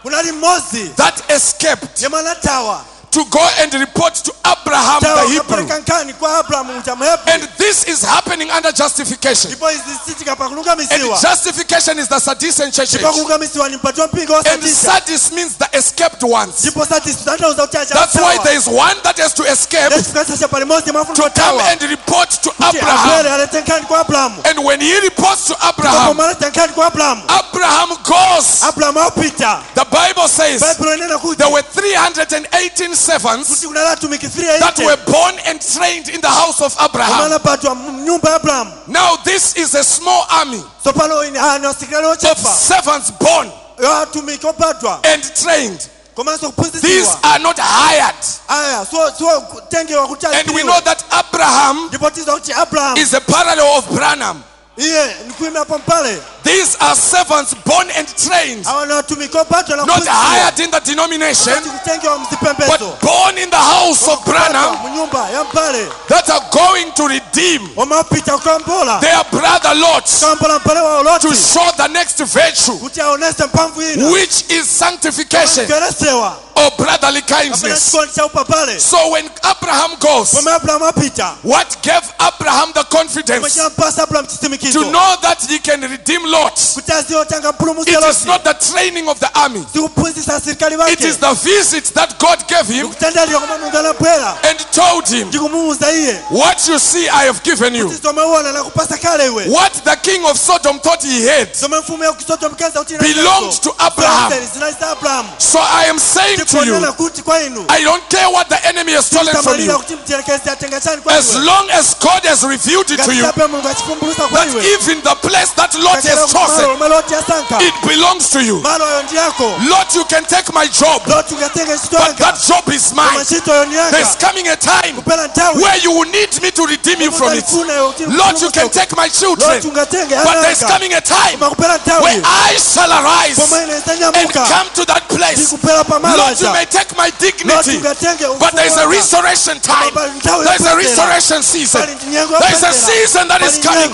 [SPEAKER 2] kunali mmodzi
[SPEAKER 1] that escaped
[SPEAKER 2] yemwe anatawa
[SPEAKER 1] to go and report to Abraham
[SPEAKER 2] tawa
[SPEAKER 1] the Hebrew.
[SPEAKER 2] akapereka nkani kwa abrahamu kuti amhebri
[SPEAKER 1] And this is happening under justification.
[SPEAKER 2] ndipo izi zisitika
[SPEAKER 1] And
[SPEAKER 2] pakulungamisiwa
[SPEAKER 1] justification is the Sadducean churches.
[SPEAKER 2] ndipo kulungamisiwa ni mpati wa mpingo
[SPEAKER 1] And
[SPEAKER 2] wasadisa
[SPEAKER 1] Sadis means the escaped ones.
[SPEAKER 2] ndipo satisi tanthauza kuti
[SPEAKER 1] That's why there is one that has to escape
[SPEAKER 2] achafikasasha pali mmodzi mwafuna
[SPEAKER 1] to come
[SPEAKER 2] kutawa
[SPEAKER 1] and report to
[SPEAKER 2] kuti
[SPEAKER 1] Abraham.
[SPEAKER 2] abwere alete nkani kwa abrahamu
[SPEAKER 1] And when he reports to
[SPEAKER 2] pomwe
[SPEAKER 1] Abraham,
[SPEAKER 2] alete nkani kwa abrahamu
[SPEAKER 1] Abraham goes.
[SPEAKER 2] abrahamu apita
[SPEAKER 1] The Bible says
[SPEAKER 2] baibulo inena kuti
[SPEAKER 1] there were 318 servants
[SPEAKER 2] kuti kunali atumiki 380
[SPEAKER 1] that were born and trained in the house of Abraham.
[SPEAKER 2] amanapatwa mnyumba ya abrahamu
[SPEAKER 1] Now, this is a small army
[SPEAKER 2] tsopano ine ani asilikali
[SPEAKER 1] of
[SPEAKER 2] ochepa
[SPEAKER 1] servants born
[SPEAKER 2] yo atumiki opatwa
[SPEAKER 1] and trained.
[SPEAKER 2] komanso
[SPEAKER 1] These
[SPEAKER 2] kuphunzitsidwa
[SPEAKER 1] are not hired.
[SPEAKER 2] aya so so kutengewa kuti
[SPEAKER 1] And we know
[SPEAKER 2] alipiwe
[SPEAKER 1] that Abraham
[SPEAKER 2] ndipo tiza kuti abrahamu
[SPEAKER 1] is a parallel of Branham.
[SPEAKER 2] iye nikuimira pampale
[SPEAKER 1] These are servants born and trained,
[SPEAKER 2] awa ni atumiki opatwa na
[SPEAKER 1] not
[SPEAKER 2] kuphunzitsidwa
[SPEAKER 1] hired in the denomination,
[SPEAKER 2] Kati kutengewa
[SPEAKER 1] but
[SPEAKER 2] mzipembezo
[SPEAKER 1] born in the house of Branham
[SPEAKER 2] munyumba ya mpale
[SPEAKER 1] that are going to redeem
[SPEAKER 2] omapita kukambola
[SPEAKER 1] their brother Lot
[SPEAKER 2] kambola mpale wawo
[SPEAKER 1] to
[SPEAKER 2] loti
[SPEAKER 1] show the next virtue,
[SPEAKER 2] kuti aonese mphamvu ina
[SPEAKER 1] which is sanctification
[SPEAKER 2] keresewa
[SPEAKER 1] or brotherly
[SPEAKER 2] kapena
[SPEAKER 1] kindness.
[SPEAKER 2] chikondi cha upapale
[SPEAKER 1] So when Abraham goes,
[SPEAKER 2] pomwe abrahamu apita
[SPEAKER 1] what gave Abraham the
[SPEAKER 2] pomwe
[SPEAKER 1] confidence
[SPEAKER 2] chinampasa abrahamu
[SPEAKER 1] to
[SPEAKER 2] chitsimikizo
[SPEAKER 1] know that he can redeem Lot?
[SPEAKER 2] kuti aziyotanga mpulumutsa
[SPEAKER 1] It is
[SPEAKER 2] loti
[SPEAKER 1] not the training of the army.
[SPEAKER 2] zikuphunzitsa asilikali
[SPEAKER 1] It is
[SPEAKER 2] bake
[SPEAKER 1] the visit that God gave him
[SPEAKER 2] ndikutandalira koma mulungu anabwera
[SPEAKER 1] and told him,
[SPEAKER 2] ndikumuwuza iye
[SPEAKER 1] What you see, I have given you.
[SPEAKER 2] tizomeona nakupasa kale iwe
[SPEAKER 1] What the king of Sodom thought he had
[SPEAKER 2] zomwe mfumu ya kusoto mkaza kuti
[SPEAKER 1] belonged to Abraham.
[SPEAKER 2] zinali za abrahamu
[SPEAKER 1] So I am saying to you,
[SPEAKER 2] ndikonena kuti kwa inu
[SPEAKER 1] I don't care what the enemy has stolen from
[SPEAKER 2] tamalira
[SPEAKER 1] you.
[SPEAKER 2] kuti mtiyerekezi atenga chani kwa
[SPEAKER 1] As
[SPEAKER 2] iwe
[SPEAKER 1] long as God has revealed it to you,
[SPEAKER 2] ngatisape mulungu achifumbulusa kwa
[SPEAKER 1] that
[SPEAKER 2] iwe
[SPEAKER 1] even the place that Lot
[SPEAKER 2] Kakera
[SPEAKER 1] has
[SPEAKER 2] kumalo
[SPEAKER 1] chosen,
[SPEAKER 2] lomwe loti yasankha
[SPEAKER 1] it belongs to you.
[SPEAKER 2] malo ayo ndi yako
[SPEAKER 1] Lot, you can take my job,
[SPEAKER 2] loti ungatenge ntchito
[SPEAKER 1] but
[SPEAKER 2] yanga
[SPEAKER 1] that job is mine.
[SPEAKER 2] koma ntchito ayo ndi yanga
[SPEAKER 1] There's coming a time
[SPEAKER 2] kupera nthawi
[SPEAKER 1] where you will need me to redeem you from it.
[SPEAKER 2] Utalifuna iwe kuti
[SPEAKER 1] Lord, you can
[SPEAKER 2] mkumbushe.
[SPEAKER 1] take my children,
[SPEAKER 2] loti ungatenge
[SPEAKER 1] but there's
[SPEAKER 2] ananga
[SPEAKER 1] coming a time
[SPEAKER 2] koma kupera
[SPEAKER 1] where
[SPEAKER 2] nthawi
[SPEAKER 1] I shall
[SPEAKER 2] pomwe
[SPEAKER 1] arise
[SPEAKER 2] ine
[SPEAKER 1] and
[SPEAKER 2] itanyamuka
[SPEAKER 1] come to that place.
[SPEAKER 2] ndikupera
[SPEAKER 1] Lord, you
[SPEAKER 2] pamalaza
[SPEAKER 1] may take my
[SPEAKER 2] loti
[SPEAKER 1] dignity,
[SPEAKER 2] ungatenge
[SPEAKER 1] but there is a restoration time. There is a restoration season. There is a season that is coming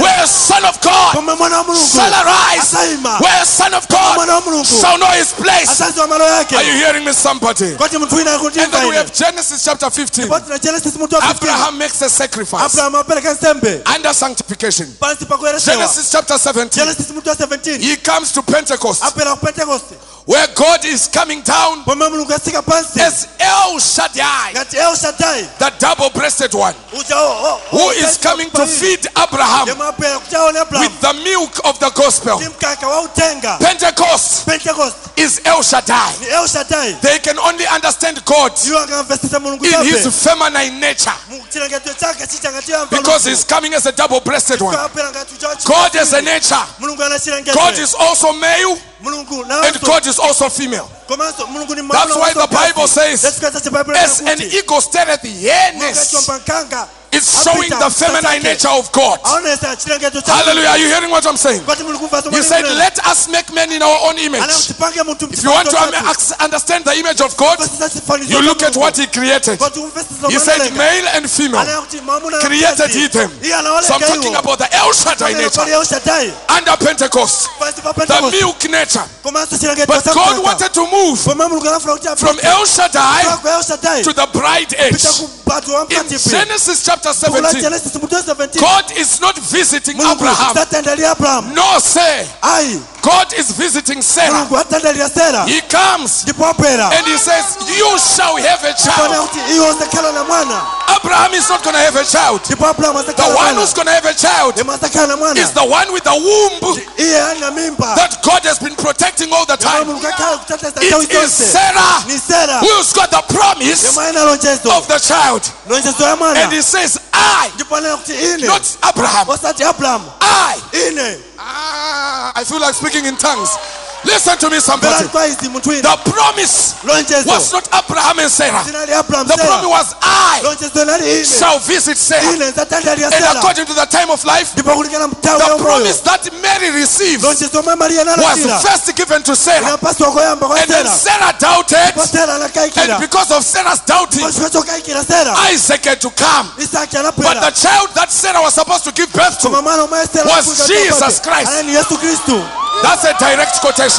[SPEAKER 1] where a son of God
[SPEAKER 2] mwana wa mulungu
[SPEAKER 1] shall arise,
[SPEAKER 2] asaima
[SPEAKER 1] where a son of
[SPEAKER 2] mwana
[SPEAKER 1] God
[SPEAKER 2] wa mulungu
[SPEAKER 1] shall know his place.
[SPEAKER 2] asaziwa malo
[SPEAKER 1] Are you
[SPEAKER 2] yake
[SPEAKER 1] hearing me, somebody?
[SPEAKER 2] koti munthu wina
[SPEAKER 1] And
[SPEAKER 2] akutimba
[SPEAKER 1] then we
[SPEAKER 2] ine
[SPEAKER 1] have Genesis chapter 15.
[SPEAKER 2] ndipo tina genesis mutu wa 15
[SPEAKER 1] Abraham makes a sacrifice
[SPEAKER 2] abrahamu apereka nsembe
[SPEAKER 1] under sanctification.
[SPEAKER 2] pansi pakuyeresewa
[SPEAKER 1] Genesis chapter 17.
[SPEAKER 2] genesis mutu wa 17
[SPEAKER 1] He comes to Pentecost,
[SPEAKER 2] apera ku pentekoste
[SPEAKER 1] where God is coming down
[SPEAKER 2] pomwe mulungu asika pansi
[SPEAKER 1] as El Shaddai,
[SPEAKER 2] ngati el shaddai
[SPEAKER 1] the double breasted one,
[SPEAKER 2] uja o- o-
[SPEAKER 1] who
[SPEAKER 2] o-
[SPEAKER 1] is coming to
[SPEAKER 2] paili.
[SPEAKER 1] feed Abraham
[SPEAKER 2] yemwe apera kuti aone abrahamu
[SPEAKER 1] with the milk of the gospel.
[SPEAKER 2] ndi mkaka wautenga
[SPEAKER 1] Pentecost
[SPEAKER 2] pentekoste
[SPEAKER 1] is El Shaddai.
[SPEAKER 2] ni el shaddai
[SPEAKER 1] They can only understand God
[SPEAKER 2] iwo akamvesesa mulungu
[SPEAKER 1] in
[SPEAKER 2] chabe
[SPEAKER 1] his feminine nature
[SPEAKER 2] muchilengetwe chake chichangatiamva
[SPEAKER 1] because he's coming as a double breasted one.
[SPEAKER 2] apera ngati uja wachi-
[SPEAKER 1] God has a nature.
[SPEAKER 2] mulungu ana chilengetwe
[SPEAKER 1] God is also male
[SPEAKER 2] mulungu
[SPEAKER 1] and
[SPEAKER 2] nawanso
[SPEAKER 1] God is also female.
[SPEAKER 2] komanso mulungu ni
[SPEAKER 1] That's why the Bible says,
[SPEAKER 2] yesu kristu cha bibuli
[SPEAKER 1] As an eagle stareth the
[SPEAKER 2] kachomba nkanga
[SPEAKER 1] It It's showing the feminine nature of God.
[SPEAKER 2] aonesera chilengezo cha
[SPEAKER 1] Hallelujah. Are you hearing what I'm saying?
[SPEAKER 2] Wakati mulikumva somo
[SPEAKER 1] You
[SPEAKER 2] lenu
[SPEAKER 1] said,
[SPEAKER 2] leo.
[SPEAKER 1] let us make men in our own image.
[SPEAKER 2] Anamtipange mtu
[SPEAKER 1] If you want to
[SPEAKER 2] mfano
[SPEAKER 1] am-
[SPEAKER 2] wake.
[SPEAKER 1] ac- understand the image of God,
[SPEAKER 2] Mfano sifanizo
[SPEAKER 1] you look
[SPEAKER 2] kama
[SPEAKER 1] at what He created.
[SPEAKER 2] Kwa tumpe sisi
[SPEAKER 1] He said,
[SPEAKER 2] somo
[SPEAKER 1] male and female.
[SPEAKER 2] Anayo kuti mwamuna na
[SPEAKER 1] Created
[SPEAKER 2] mkazi.
[SPEAKER 1] He them.
[SPEAKER 2] Iye
[SPEAKER 1] So I'm
[SPEAKER 2] anaoleka
[SPEAKER 1] talking
[SPEAKER 2] hiyo.
[SPEAKER 1] about the El Shaddai
[SPEAKER 2] Kama
[SPEAKER 1] nature
[SPEAKER 2] inafali ya Shaddai.
[SPEAKER 1] under Pentecost,
[SPEAKER 2] Basi pa
[SPEAKER 1] the
[SPEAKER 2] Pentecost.
[SPEAKER 1] milk nature.
[SPEAKER 2] Komanso chilengezo
[SPEAKER 1] But
[SPEAKER 2] cha
[SPEAKER 1] God
[SPEAKER 2] mtata.
[SPEAKER 1] wanted to move
[SPEAKER 2] Kwa maana Mungu anafura kuti apite.
[SPEAKER 1] from El Shaddai
[SPEAKER 2] Kutoka kwa El Shaddai.
[SPEAKER 1] to the bride age.
[SPEAKER 2] Kupita kubatu wa
[SPEAKER 1] In
[SPEAKER 2] mtakatifu.
[SPEAKER 1] Genesis chapter
[SPEAKER 2] Kula
[SPEAKER 1] 17,
[SPEAKER 2] Genesis 17.
[SPEAKER 1] God is not visiting
[SPEAKER 2] Mungu
[SPEAKER 1] Abraham.
[SPEAKER 2] hataendelea Abraham.
[SPEAKER 1] No, say,
[SPEAKER 2] Ai,
[SPEAKER 1] God is visiting Sarah.
[SPEAKER 2] Mungu hataendelea Sera.
[SPEAKER 1] He comes
[SPEAKER 2] Ndipo apera.
[SPEAKER 1] and he says, You shall have a
[SPEAKER 2] Kuona
[SPEAKER 1] child.
[SPEAKER 2] kuti iyo zekelo na mwana.
[SPEAKER 1] Abraham is not going to have a child.
[SPEAKER 2] Ndipo Abraham
[SPEAKER 1] The
[SPEAKER 2] azekelo
[SPEAKER 1] one
[SPEAKER 2] na mwana.
[SPEAKER 1] who's going to have a child
[SPEAKER 2] Ndiye mazekelo na mwana.
[SPEAKER 1] is the one with the womb
[SPEAKER 2] Iye hana mimba.
[SPEAKER 1] that God has been protecting all the
[SPEAKER 2] Kama
[SPEAKER 1] time.
[SPEAKER 2] Mungu akakala kuteteza
[SPEAKER 1] It
[SPEAKER 2] tawi
[SPEAKER 1] is
[SPEAKER 2] zote.
[SPEAKER 1] Sarah
[SPEAKER 2] Ni Sera.
[SPEAKER 1] who's got the
[SPEAKER 2] Ndiye
[SPEAKER 1] promise
[SPEAKER 2] maana lonjezo.
[SPEAKER 1] of the child.
[SPEAKER 2] Lonjezo ya
[SPEAKER 1] And
[SPEAKER 2] mwana.
[SPEAKER 1] he says, I,
[SPEAKER 2] Ndipo leo kuti ine.
[SPEAKER 1] not Abraham,
[SPEAKER 2] Wasati Abraham.
[SPEAKER 1] I.
[SPEAKER 2] Ine.
[SPEAKER 1] Ah, I feel like speaking in tongues. Listen to me, somebody.
[SPEAKER 2] Mbele kwa hizi mtu ine.
[SPEAKER 1] The promise was
[SPEAKER 2] Lonjezo.
[SPEAKER 1] not Abraham and Sarah.
[SPEAKER 2] Jina la Abraham
[SPEAKER 1] The promise
[SPEAKER 2] Sera.
[SPEAKER 1] was I
[SPEAKER 2] Lonjezo nali ine.
[SPEAKER 1] shall visit Sarah.
[SPEAKER 2] Ine zatendelea
[SPEAKER 1] And
[SPEAKER 2] Sera.
[SPEAKER 1] according to the time of life,
[SPEAKER 2] Ndipo kulingana mtawi
[SPEAKER 1] the
[SPEAKER 2] wa moyo.
[SPEAKER 1] promise that Mary received
[SPEAKER 2] Lonjezo mama Maria
[SPEAKER 1] was
[SPEAKER 2] nalakira.
[SPEAKER 1] first given to Sarah.
[SPEAKER 2] Unapaswa kuyamba kwa
[SPEAKER 1] And then
[SPEAKER 2] Sera.
[SPEAKER 1] Sarah doubted.
[SPEAKER 2] Pasera anakaikira.
[SPEAKER 1] And because of Sarah's doubting,
[SPEAKER 2] Pasiwezo kaikira Sera.
[SPEAKER 1] Isaac had to come.
[SPEAKER 2] Isaki
[SPEAKER 1] But the
[SPEAKER 2] anapera.
[SPEAKER 1] child that Sarah was supposed to give birth to,
[SPEAKER 2] Kwa maana umaye Sera
[SPEAKER 1] was
[SPEAKER 2] kuja kwa
[SPEAKER 1] Jesus
[SPEAKER 2] baba.
[SPEAKER 1] Christ.
[SPEAKER 2] Anaye ni Yesu Kristo.
[SPEAKER 1] that's a direct quotation.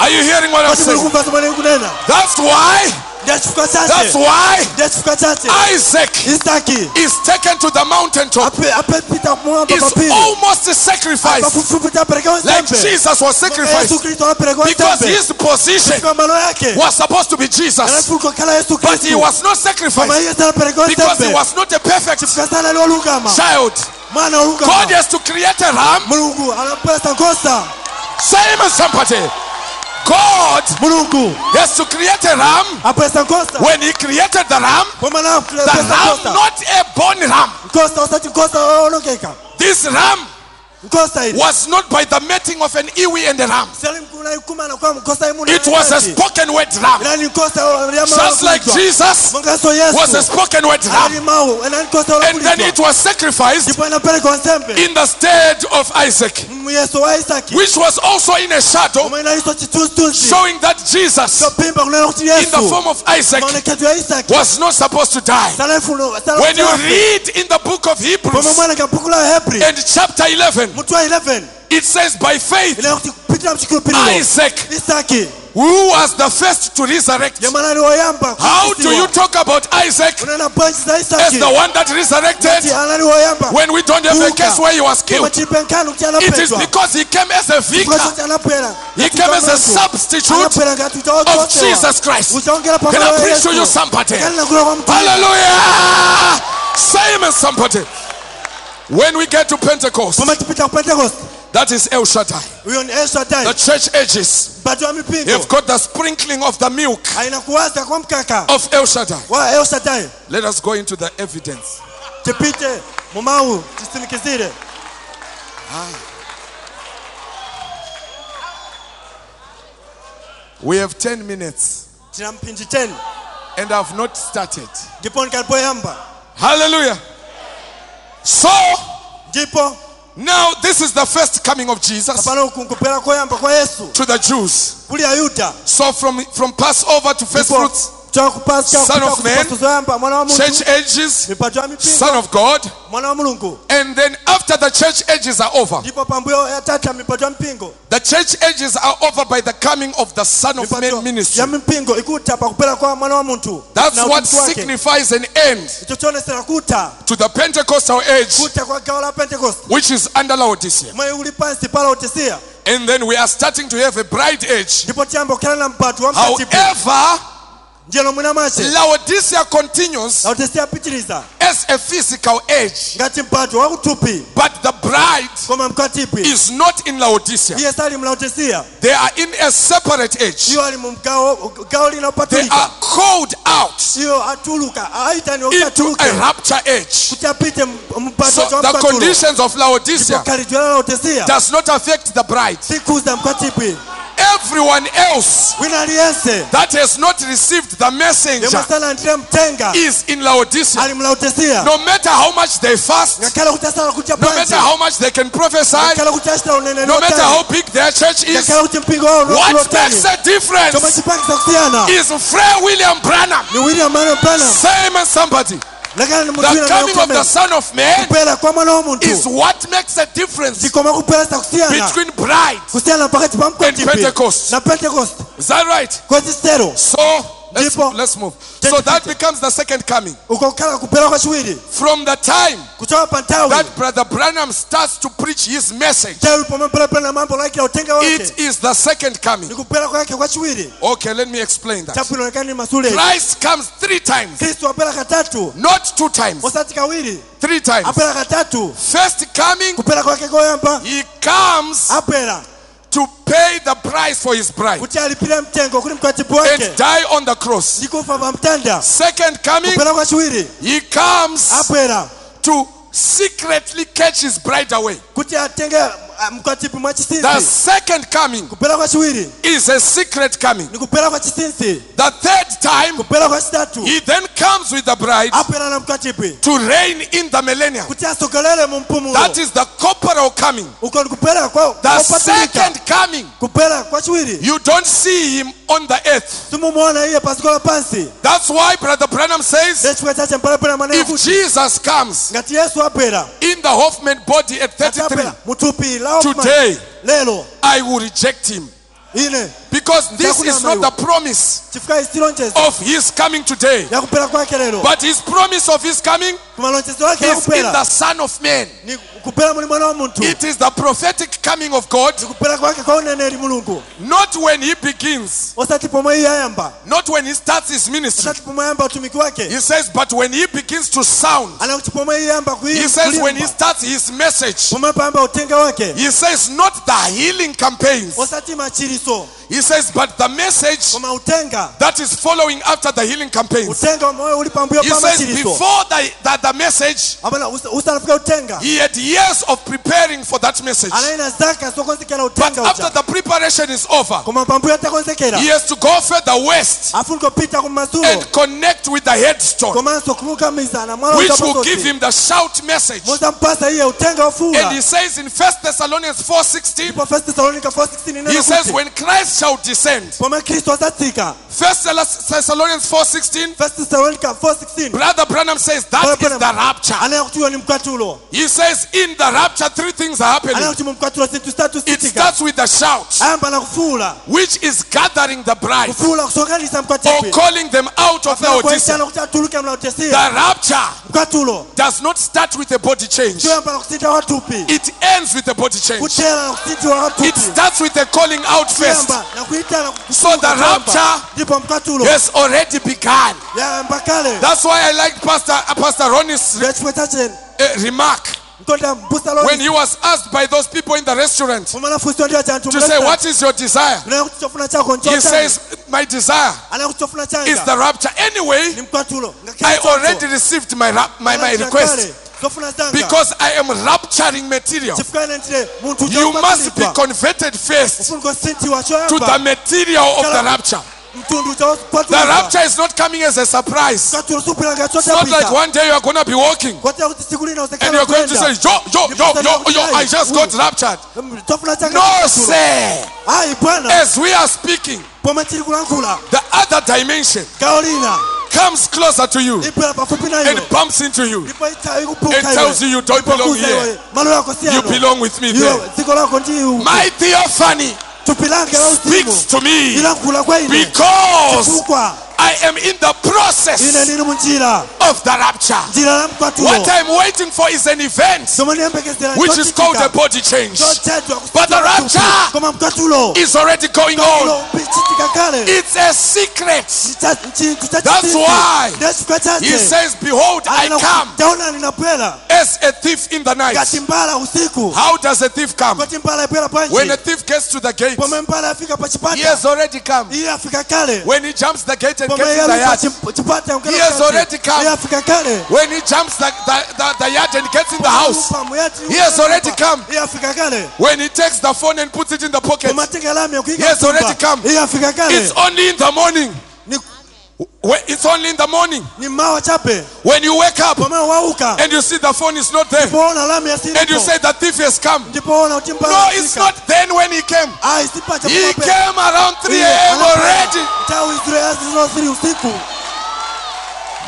[SPEAKER 1] Are you hearing what I'm
[SPEAKER 2] Basi
[SPEAKER 1] saying?
[SPEAKER 2] mlikumva somo lenu kunena.
[SPEAKER 1] That's why,
[SPEAKER 2] Ndiye chukua
[SPEAKER 1] that's
[SPEAKER 2] chache.
[SPEAKER 1] why
[SPEAKER 2] Ndiye chukua chache.
[SPEAKER 1] Isaac
[SPEAKER 2] Isaki.
[SPEAKER 1] is taken to the mountaintop.
[SPEAKER 2] Ape- apepita kumwomba
[SPEAKER 1] It's
[SPEAKER 2] papili.
[SPEAKER 1] almost a sacrifice,
[SPEAKER 2] Akafufuta apelekewe
[SPEAKER 1] like
[SPEAKER 2] nsembe.
[SPEAKER 1] Jesus was
[SPEAKER 2] Kama Yesu
[SPEAKER 1] sacrificed,
[SPEAKER 2] Kristo apelekewe
[SPEAKER 1] because
[SPEAKER 2] nsembe.
[SPEAKER 1] his position
[SPEAKER 2] Kwa maana yake.
[SPEAKER 1] was supposed to be Jesus.
[SPEAKER 2] Alafu kukala Yesu
[SPEAKER 1] But he
[SPEAKER 2] Kristo.
[SPEAKER 1] was not
[SPEAKER 2] Kama
[SPEAKER 1] sacrificed
[SPEAKER 2] hiyo Sera apelekewe
[SPEAKER 1] because he
[SPEAKER 2] nsembe.
[SPEAKER 1] was not a perfect
[SPEAKER 2] Kasana aliwa lugama.
[SPEAKER 1] child.
[SPEAKER 2] Mwana wa lugama.
[SPEAKER 1] God has to create a ram.
[SPEAKER 2] Mulungu anapesa kosa.
[SPEAKER 1] Same as somebody. God
[SPEAKER 2] Mulungu
[SPEAKER 1] has to create a ram.
[SPEAKER 2] apesa kosa.
[SPEAKER 1] When he created the ram,
[SPEAKER 2] Kwa maana
[SPEAKER 1] the
[SPEAKER 2] apesa
[SPEAKER 1] ram,
[SPEAKER 2] kosa.
[SPEAKER 1] not a born ram.
[SPEAKER 2] Kosa usati kosa olokeka.
[SPEAKER 1] This ram
[SPEAKER 2] Kosa ile.
[SPEAKER 1] was not by the mating of an iwi and a ram.
[SPEAKER 2] Salim kuna ikuma na kwa mkosa imu na
[SPEAKER 1] It was a
[SPEAKER 2] wakati.
[SPEAKER 1] spoken word ram.
[SPEAKER 2] Nani kosa ya mawe
[SPEAKER 1] Just like
[SPEAKER 2] kuitwa.
[SPEAKER 1] Jesus
[SPEAKER 2] Mungaso Yesu.
[SPEAKER 1] was a spoken word
[SPEAKER 2] Nani
[SPEAKER 1] ram.
[SPEAKER 2] mau, nani kosa oh, la
[SPEAKER 1] And then
[SPEAKER 2] kulitwa.
[SPEAKER 1] it was sacrificed
[SPEAKER 2] Ndipo anapelekwa nsembe.
[SPEAKER 1] in the stead of Isaac,
[SPEAKER 2] Mu Yesu wa Isaki.
[SPEAKER 1] which was also in a shadow
[SPEAKER 2] Mwana hizo chitustuzi.
[SPEAKER 1] showing that Jesus
[SPEAKER 2] Topimba kuna kuti
[SPEAKER 1] in the
[SPEAKER 2] Yesu.
[SPEAKER 1] form of Isaac
[SPEAKER 2] Maonekezo ya Isaki.
[SPEAKER 1] was not supposed to die.
[SPEAKER 2] Salafu no. Salafu.
[SPEAKER 1] When you read Eh. in the book of
[SPEAKER 2] Kwa
[SPEAKER 1] Hebrews
[SPEAKER 2] mwana kapukula wa Hebri.
[SPEAKER 1] and chapter 11,
[SPEAKER 2] Mtu wa 11.
[SPEAKER 1] it says, By faith,
[SPEAKER 2] Ile kuti kupita mchikio pili.
[SPEAKER 1] Isaac,
[SPEAKER 2] Isaki.
[SPEAKER 1] who was the first to resurrect.
[SPEAKER 2] Jamani aliyoyamba.
[SPEAKER 1] How do you talk about Isaac
[SPEAKER 2] Unaona punch za
[SPEAKER 1] as
[SPEAKER 2] Isaki.
[SPEAKER 1] the one that resurrected
[SPEAKER 2] Analiyoyamba.
[SPEAKER 1] when we don't have a case where he was killed?
[SPEAKER 2] Umechipenkana kuti
[SPEAKER 1] It is
[SPEAKER 2] anapetwa.
[SPEAKER 1] because he came as a vicar, he came as a substitute of
[SPEAKER 2] of
[SPEAKER 1] Jesus Christ. Can I preach to you somebody?
[SPEAKER 2] Hallelujah.
[SPEAKER 1] Hallelujah! Same as somebody. When we get to Pentecost,
[SPEAKER 2] Umetupita ku Pentecost.
[SPEAKER 1] that is El Shaddai.
[SPEAKER 2] Huyo ni
[SPEAKER 1] The
[SPEAKER 2] El Shaddai.
[SPEAKER 1] church ages.
[SPEAKER 2] Bado wa mipingo.
[SPEAKER 1] You've got the sprinkling of the milk
[SPEAKER 2] Haina kuwaza kwa mkaka.
[SPEAKER 1] of El Shaddai.
[SPEAKER 2] Wa El Shaddai.
[SPEAKER 1] Let us go into the evidence.
[SPEAKER 2] Tipite mumau tisinikizire.
[SPEAKER 1] We have 10 minutes
[SPEAKER 2] Tina mpindi 10.
[SPEAKER 1] and I've not started.
[SPEAKER 2] Ndipo nikalipoyamba.
[SPEAKER 1] Hallelujah. So
[SPEAKER 2] Ndipo
[SPEAKER 1] now this is the first coming of Jesus
[SPEAKER 2] pano kunkupera koyamba kwa Yesu.
[SPEAKER 1] to the Jews.
[SPEAKER 2] Kuli Ayuda.
[SPEAKER 1] So from, from Passover to first
[SPEAKER 2] Ndipo
[SPEAKER 1] fruits,
[SPEAKER 2] cha kupaska
[SPEAKER 1] Son
[SPEAKER 2] kutoka
[SPEAKER 1] of
[SPEAKER 2] kwa
[SPEAKER 1] man,
[SPEAKER 2] Kristo yamba mwana wa Mungu.
[SPEAKER 1] church ages,
[SPEAKER 2] Ni bado wa mipingo
[SPEAKER 1] Son of God.
[SPEAKER 2] mwana wa Mulungu.
[SPEAKER 1] And then after the church ages are over,
[SPEAKER 2] ndipo pambuyo ya tatu ya mipato ya mpingo
[SPEAKER 1] the church ages are over by the coming of the Son of Man
[SPEAKER 2] ya
[SPEAKER 1] ministry.
[SPEAKER 2] mpingo ikuta pakupera kwa mwana wa muntu
[SPEAKER 1] That's
[SPEAKER 2] Na
[SPEAKER 1] what
[SPEAKER 2] utukufu wake.
[SPEAKER 1] signifies an end
[SPEAKER 2] icho chonesera kuta
[SPEAKER 1] to the Pentecostal age,
[SPEAKER 2] kuta kwa gawo la pentecost
[SPEAKER 1] which is under Laodicea.
[SPEAKER 2] mwe uli pansi pala otisia
[SPEAKER 1] And then we are starting to have a bright age.
[SPEAKER 2] ndipo tiyamba kukhala na mpatu wa mkatipu
[SPEAKER 1] However,
[SPEAKER 2] njelo mwina mache
[SPEAKER 1] Laodicea continues
[SPEAKER 2] na otisia pitiriza
[SPEAKER 1] as a physical age,
[SPEAKER 2] ngati mpatu wa kutupi
[SPEAKER 1] but the bride
[SPEAKER 2] koma mkatipi
[SPEAKER 1] is not in Laodicea.
[SPEAKER 2] iye sali mlaotisia
[SPEAKER 1] They are in a separate age.
[SPEAKER 2] iyo ali mu mgawo gawo lina
[SPEAKER 1] They
[SPEAKER 2] opatulika
[SPEAKER 1] are called out
[SPEAKER 2] sio atuluka aitani
[SPEAKER 1] into a
[SPEAKER 2] ukatuluke
[SPEAKER 1] rapture age.
[SPEAKER 2] kutapite
[SPEAKER 1] So
[SPEAKER 2] mpatoto
[SPEAKER 1] the conditions of Laodicea
[SPEAKER 2] kalijoyaotesia
[SPEAKER 1] does not affect the bride.
[SPEAKER 2] sikuza mkatibwi
[SPEAKER 1] Everyone else
[SPEAKER 2] wina aliyense
[SPEAKER 1] that has not received the messenger
[SPEAKER 2] yemasala ndire mtenga
[SPEAKER 1] is in Laodicea.
[SPEAKER 2] alimlautesia
[SPEAKER 1] No matter how much they fast,
[SPEAKER 2] ngakhala kutasala kucha
[SPEAKER 1] no matter
[SPEAKER 2] panzi
[SPEAKER 1] how much they can prophesy,
[SPEAKER 2] ngakhala kuchashita unene
[SPEAKER 1] no matter how big their church is,
[SPEAKER 2] ngakhala kuti mpingo wawo
[SPEAKER 1] what makes
[SPEAKER 2] ulotani
[SPEAKER 1] a
[SPEAKER 2] choma
[SPEAKER 1] difference
[SPEAKER 2] chipangisa kusiyana
[SPEAKER 1] is Frey William Branham.
[SPEAKER 2] ni William Marion Branham
[SPEAKER 1] Same as somebody.
[SPEAKER 2] lakana ni
[SPEAKER 1] The
[SPEAKER 2] munthu
[SPEAKER 1] coming of the
[SPEAKER 2] wina
[SPEAKER 1] Son of Man
[SPEAKER 2] kupera kwa mwana wa
[SPEAKER 1] is
[SPEAKER 2] munthu
[SPEAKER 1] what makes a difference
[SPEAKER 2] zikoma kupelesa kusiyana
[SPEAKER 1] between bride.
[SPEAKER 2] kusiyana pakati pa
[SPEAKER 1] And Pentecost.
[SPEAKER 2] mkatibwi na pentecost
[SPEAKER 1] Is that right?
[SPEAKER 2] kozisero
[SPEAKER 1] So let's,
[SPEAKER 2] Ndipo-
[SPEAKER 1] let's move. So that becomes the second coming.
[SPEAKER 2] ukakhala kupera kwa chiwiri
[SPEAKER 1] From the time
[SPEAKER 2] kuchoka pa nthawi
[SPEAKER 1] that Brother Branham starts to preach his message,
[SPEAKER 2] tawi pomwe pelaplana mambo lakira utenga wake
[SPEAKER 1] it is the second coming.
[SPEAKER 2] ni kupera kwake kwa chiwiri
[SPEAKER 1] Okay, let me explain that.
[SPEAKER 2] chapu inaonekana ni masulei
[SPEAKER 1] Christ comes three times,
[SPEAKER 2] kristu apera katatu
[SPEAKER 1] not two times,
[SPEAKER 2] osati kawiri
[SPEAKER 1] three times.
[SPEAKER 2] apera katatu
[SPEAKER 1] First coming,
[SPEAKER 2] kupera kwake koyamba
[SPEAKER 1] he comes
[SPEAKER 2] apera
[SPEAKER 1] to pay the price for his bride
[SPEAKER 2] kuti alipire mtengo kuli mkatibu
[SPEAKER 1] and
[SPEAKER 2] wake
[SPEAKER 1] die on the cross.
[SPEAKER 2] zikufa pa mtanda
[SPEAKER 1] Second coming,
[SPEAKER 2] kupera kwa chiwiri
[SPEAKER 1] he comes
[SPEAKER 2] apera
[SPEAKER 1] to secretly catch his bride away.
[SPEAKER 2] kuti atenge ah, mkatibu mwa
[SPEAKER 1] The
[SPEAKER 2] chisinsi
[SPEAKER 1] second coming
[SPEAKER 2] kupera kwa chiwiri
[SPEAKER 1] is a secret coming.
[SPEAKER 2] ni kupera kwa chisinsi
[SPEAKER 1] The third time,
[SPEAKER 2] kupera kwa chitatu
[SPEAKER 1] he then comes with the bride
[SPEAKER 2] apera na mkatibu
[SPEAKER 1] to reign in the millennium.
[SPEAKER 2] kuti asogelere mu mpumulo
[SPEAKER 1] That is the corporal coming.
[SPEAKER 2] uko ni kupera kwa
[SPEAKER 1] The
[SPEAKER 2] kwapatilika.
[SPEAKER 1] second coming,
[SPEAKER 2] kupera kwa chiwiri
[SPEAKER 1] you don't see him on the earth.
[SPEAKER 2] simumuona iye pasiko la pansi
[SPEAKER 1] That's why Brother Branham says
[SPEAKER 2] ndechifukwa chache mpalapera mwana
[SPEAKER 1] if
[SPEAKER 2] yakuti
[SPEAKER 1] Jesus comes
[SPEAKER 2] ngati yesu apera
[SPEAKER 1] in the Hoffman body at 33,
[SPEAKER 2] atapera muthupi la Hoffman,
[SPEAKER 1] Today.
[SPEAKER 2] lero
[SPEAKER 1] I will reject him.
[SPEAKER 2] ine
[SPEAKER 1] Because this is not the promise
[SPEAKER 2] chifukwa isi lonjezo
[SPEAKER 1] of his coming today,
[SPEAKER 2] yakupera kwake lero
[SPEAKER 1] but his promise of his coming
[SPEAKER 2] koma lonjezo lake
[SPEAKER 1] is in the
[SPEAKER 2] yakupera
[SPEAKER 1] Son of Man.
[SPEAKER 2] ni kupera muli mwana wa munthu
[SPEAKER 1] It is the prophetic coming of God,
[SPEAKER 2] kupera kwake kwa uneneri mulungu
[SPEAKER 1] not when he begins,
[SPEAKER 2] osati pomwe iye ayamba
[SPEAKER 1] not when he starts his ministry.
[SPEAKER 2] osati pomwe ayamba utumiki wake
[SPEAKER 1] He says, but when he begins to sound,
[SPEAKER 2] ana kuti pomwe iye ayamba
[SPEAKER 1] he says, when he
[SPEAKER 2] kuiomwe
[SPEAKER 1] starts his message,
[SPEAKER 2] payamba utenge wake
[SPEAKER 1] he says, not the healing campaigns.
[SPEAKER 2] osati machiriso
[SPEAKER 1] He says, but the message
[SPEAKER 2] koma utenga
[SPEAKER 1] that is following after the healing campaigns.
[SPEAKER 2] utenga wamoyo uli pambuyo
[SPEAKER 1] He
[SPEAKER 2] pa
[SPEAKER 1] says,
[SPEAKER 2] machiriso
[SPEAKER 1] before the, the, the message,
[SPEAKER 2] amana usanafika utenga
[SPEAKER 1] he had years of preparing for that message.
[SPEAKER 2] anayina zaka zokonzekera
[SPEAKER 1] But
[SPEAKER 2] utenga
[SPEAKER 1] after
[SPEAKER 2] uja
[SPEAKER 1] the preparation is over,
[SPEAKER 2] koma pambuyo atakonzekera
[SPEAKER 1] he has to go further west
[SPEAKER 2] afuni kopita
[SPEAKER 1] and
[SPEAKER 2] kumasulo
[SPEAKER 1] connect with the headstone,
[SPEAKER 2] komanso kumukamiza
[SPEAKER 1] which will give
[SPEAKER 2] namwalamuzampasa
[SPEAKER 1] him the shout message.
[SPEAKER 2] iye utenga
[SPEAKER 1] And he
[SPEAKER 2] ofuula
[SPEAKER 1] says in 1 Thessalonians 4:16,
[SPEAKER 2] ndipo 1 Thessalonica 4:16 inena
[SPEAKER 1] he says,
[SPEAKER 2] kuti,
[SPEAKER 1] when Christ shall descend.
[SPEAKER 2] pomwe khristu
[SPEAKER 1] 1
[SPEAKER 2] azatsika
[SPEAKER 1] Thess- Thessalonians 4:16,
[SPEAKER 2] 1 Thessalonica 4:16
[SPEAKER 1] Brother Branham says that is the rapture.
[SPEAKER 2] anena kuti iwo ni mkwatulo
[SPEAKER 1] He says in the rapture three things are
[SPEAKER 2] anena
[SPEAKER 1] happening.
[SPEAKER 2] kuti mu mkwatulo zinthu zitatu
[SPEAKER 1] It
[SPEAKER 2] zitsitika
[SPEAKER 1] starts with the shout,
[SPEAKER 2] ayamba na kufuula
[SPEAKER 1] which is gathering the bride
[SPEAKER 2] kufuula kusonkhanisa
[SPEAKER 1] or
[SPEAKER 2] mkwatibwi
[SPEAKER 1] calling them out of Laodicea.
[SPEAKER 2] kuti atuluke
[SPEAKER 1] The
[SPEAKER 2] mlaodisiya
[SPEAKER 1] rapture
[SPEAKER 2] mkwatulo
[SPEAKER 1] does not start with a body change.
[SPEAKER 2] choyamba na kusinta watupi
[SPEAKER 1] It ends with a body change.
[SPEAKER 2] kutera na kusintiwa
[SPEAKER 1] It
[SPEAKER 2] watupi
[SPEAKER 1] starts with a calling out first.
[SPEAKER 2] Kuyamba na kuitana kukutuka
[SPEAKER 1] So the
[SPEAKER 2] kwamba.
[SPEAKER 1] rapture
[SPEAKER 2] ndipo mkatulo
[SPEAKER 1] Yes, already begun.
[SPEAKER 2] yayamba kale
[SPEAKER 1] That's why I liked Pastor uh, Pastor Ronnie's
[SPEAKER 2] yachifukwa chache
[SPEAKER 1] uh, remark
[SPEAKER 2] mkonda mbusa
[SPEAKER 1] when he was asked by those people in the restaurant
[SPEAKER 2] omanafunsi wandiwa chanthu
[SPEAKER 1] to say, "What is your desire?"
[SPEAKER 2] mlesa kuti chofuna chako
[SPEAKER 1] He
[SPEAKER 2] nchochani
[SPEAKER 1] says, "My desire
[SPEAKER 2] ana kuti chofuna
[SPEAKER 1] is
[SPEAKER 2] changa
[SPEAKER 1] the rapture." Anyway,
[SPEAKER 2] ni mkatulo Ngakhale
[SPEAKER 1] I
[SPEAKER 2] choncho.
[SPEAKER 1] already received my rap, my, my
[SPEAKER 2] Ngakhale
[SPEAKER 1] request
[SPEAKER 2] chakale, zofuna zanga
[SPEAKER 1] because I am rapturing material.
[SPEAKER 2] chifukwa ine ndine munthu
[SPEAKER 1] You must be converted first
[SPEAKER 2] kusintiwa
[SPEAKER 1] to the
[SPEAKER 2] choyamba
[SPEAKER 1] material of the rapture.
[SPEAKER 2] mtundu
[SPEAKER 1] The
[SPEAKER 2] chakwatulo
[SPEAKER 1] rapture is not coming as a surprise.
[SPEAKER 2] mkatulo supilanga
[SPEAKER 1] It's not like
[SPEAKER 2] chotapita
[SPEAKER 1] one day you are going to be walking
[SPEAKER 2] kwatera kuti siku lina
[SPEAKER 1] and you're
[SPEAKER 2] uzekhala
[SPEAKER 1] going to say, yo, yo, yo, yo, yo, I just got raptured.
[SPEAKER 2] chofuna changa
[SPEAKER 1] No,
[SPEAKER 2] chakatulo.
[SPEAKER 1] sir.
[SPEAKER 2] ayi bwana
[SPEAKER 1] As we are speaking,
[SPEAKER 2] pomwe tiri kulankhula
[SPEAKER 1] the other dimension
[SPEAKER 2] kaolina
[SPEAKER 1] comes closer to you
[SPEAKER 2] ibwera pafupi na
[SPEAKER 1] and
[SPEAKER 2] iwe
[SPEAKER 1] bumps into you
[SPEAKER 2] ndipo ita
[SPEAKER 1] and
[SPEAKER 2] ikupuka
[SPEAKER 1] tells you you don't belong here.
[SPEAKER 2] malo yako si
[SPEAKER 1] You
[SPEAKER 2] ano
[SPEAKER 1] belong with me there.
[SPEAKER 2] iwe dziko lako ndi iwu
[SPEAKER 1] My theophany
[SPEAKER 2] thupi lange la uzimu
[SPEAKER 1] speaks to me
[SPEAKER 2] lilankhula kwa ine
[SPEAKER 1] because
[SPEAKER 2] chifukwa
[SPEAKER 1] I am in the
[SPEAKER 2] ine
[SPEAKER 1] process
[SPEAKER 2] ndili mu njira
[SPEAKER 1] of the rapture.
[SPEAKER 2] njira la
[SPEAKER 1] What
[SPEAKER 2] mkwatulo
[SPEAKER 1] I'm waiting for is an event
[SPEAKER 2] zomwe ndiyembekezera
[SPEAKER 1] which is called a body change.
[SPEAKER 2] chochedwa
[SPEAKER 1] But the rapture
[SPEAKER 2] koma mkwatulo
[SPEAKER 1] It's already going on.
[SPEAKER 2] ilo pichitika kale
[SPEAKER 1] It's a secret.
[SPEAKER 2] Chicha- chinthu cha
[SPEAKER 1] That's
[SPEAKER 2] chisisi.
[SPEAKER 1] why
[SPEAKER 2] ndechifukwa
[SPEAKER 1] He
[SPEAKER 2] chache
[SPEAKER 1] says, Behold, I
[SPEAKER 2] Anena
[SPEAKER 1] come
[SPEAKER 2] kuti, taona linabwera
[SPEAKER 1] as a thief in the night.
[SPEAKER 2] ngati mbala usiku
[SPEAKER 1] How does a thief come?
[SPEAKER 2] koti mbala ibwera
[SPEAKER 1] When a
[SPEAKER 2] panji
[SPEAKER 1] thief gets to the gate,
[SPEAKER 2] pomwe mbala afika pa
[SPEAKER 1] he
[SPEAKER 2] chipata
[SPEAKER 1] has already come.
[SPEAKER 2] iye afika kale
[SPEAKER 1] When he jumps the gate
[SPEAKER 2] pomwe
[SPEAKER 1] gets
[SPEAKER 2] ya
[SPEAKER 1] the
[SPEAKER 2] Luka
[SPEAKER 1] yacht,
[SPEAKER 2] chim- chipata
[SPEAKER 1] He
[SPEAKER 2] ongera
[SPEAKER 1] has
[SPEAKER 2] wakati.
[SPEAKER 1] already come.
[SPEAKER 2] Yafika kale.
[SPEAKER 1] when he jumps the, the, the, the yacht and gets in the house,
[SPEAKER 2] Upa, muyati,
[SPEAKER 1] He has
[SPEAKER 2] upa,
[SPEAKER 1] already
[SPEAKER 2] upa.
[SPEAKER 1] come.
[SPEAKER 2] Yafika kale.
[SPEAKER 1] when he takes the phone and puts it in the pocket,
[SPEAKER 2] Umateka lami ya kuiga
[SPEAKER 1] He has
[SPEAKER 2] mtumba.
[SPEAKER 1] already come.
[SPEAKER 2] Yafika kale.
[SPEAKER 1] it's only in the morning.
[SPEAKER 2] Ni,
[SPEAKER 1] When- It's only in the morning.
[SPEAKER 2] ni mawa chape.
[SPEAKER 1] When you wake up
[SPEAKER 2] Pomwe wauka.
[SPEAKER 1] and you see the phone is not there,
[SPEAKER 2] Poona lami ya siri.
[SPEAKER 1] and you say the thief has come.
[SPEAKER 2] Ndipo ona utimba.
[SPEAKER 1] No, it's not then when he came.
[SPEAKER 2] Ah, isipa cha
[SPEAKER 1] He
[SPEAKER 2] kupe.
[SPEAKER 1] came around 3
[SPEAKER 2] Ile,
[SPEAKER 1] a.m.
[SPEAKER 2] alafu,
[SPEAKER 1] already.
[SPEAKER 2] Tawi zile zilizosiri usiku.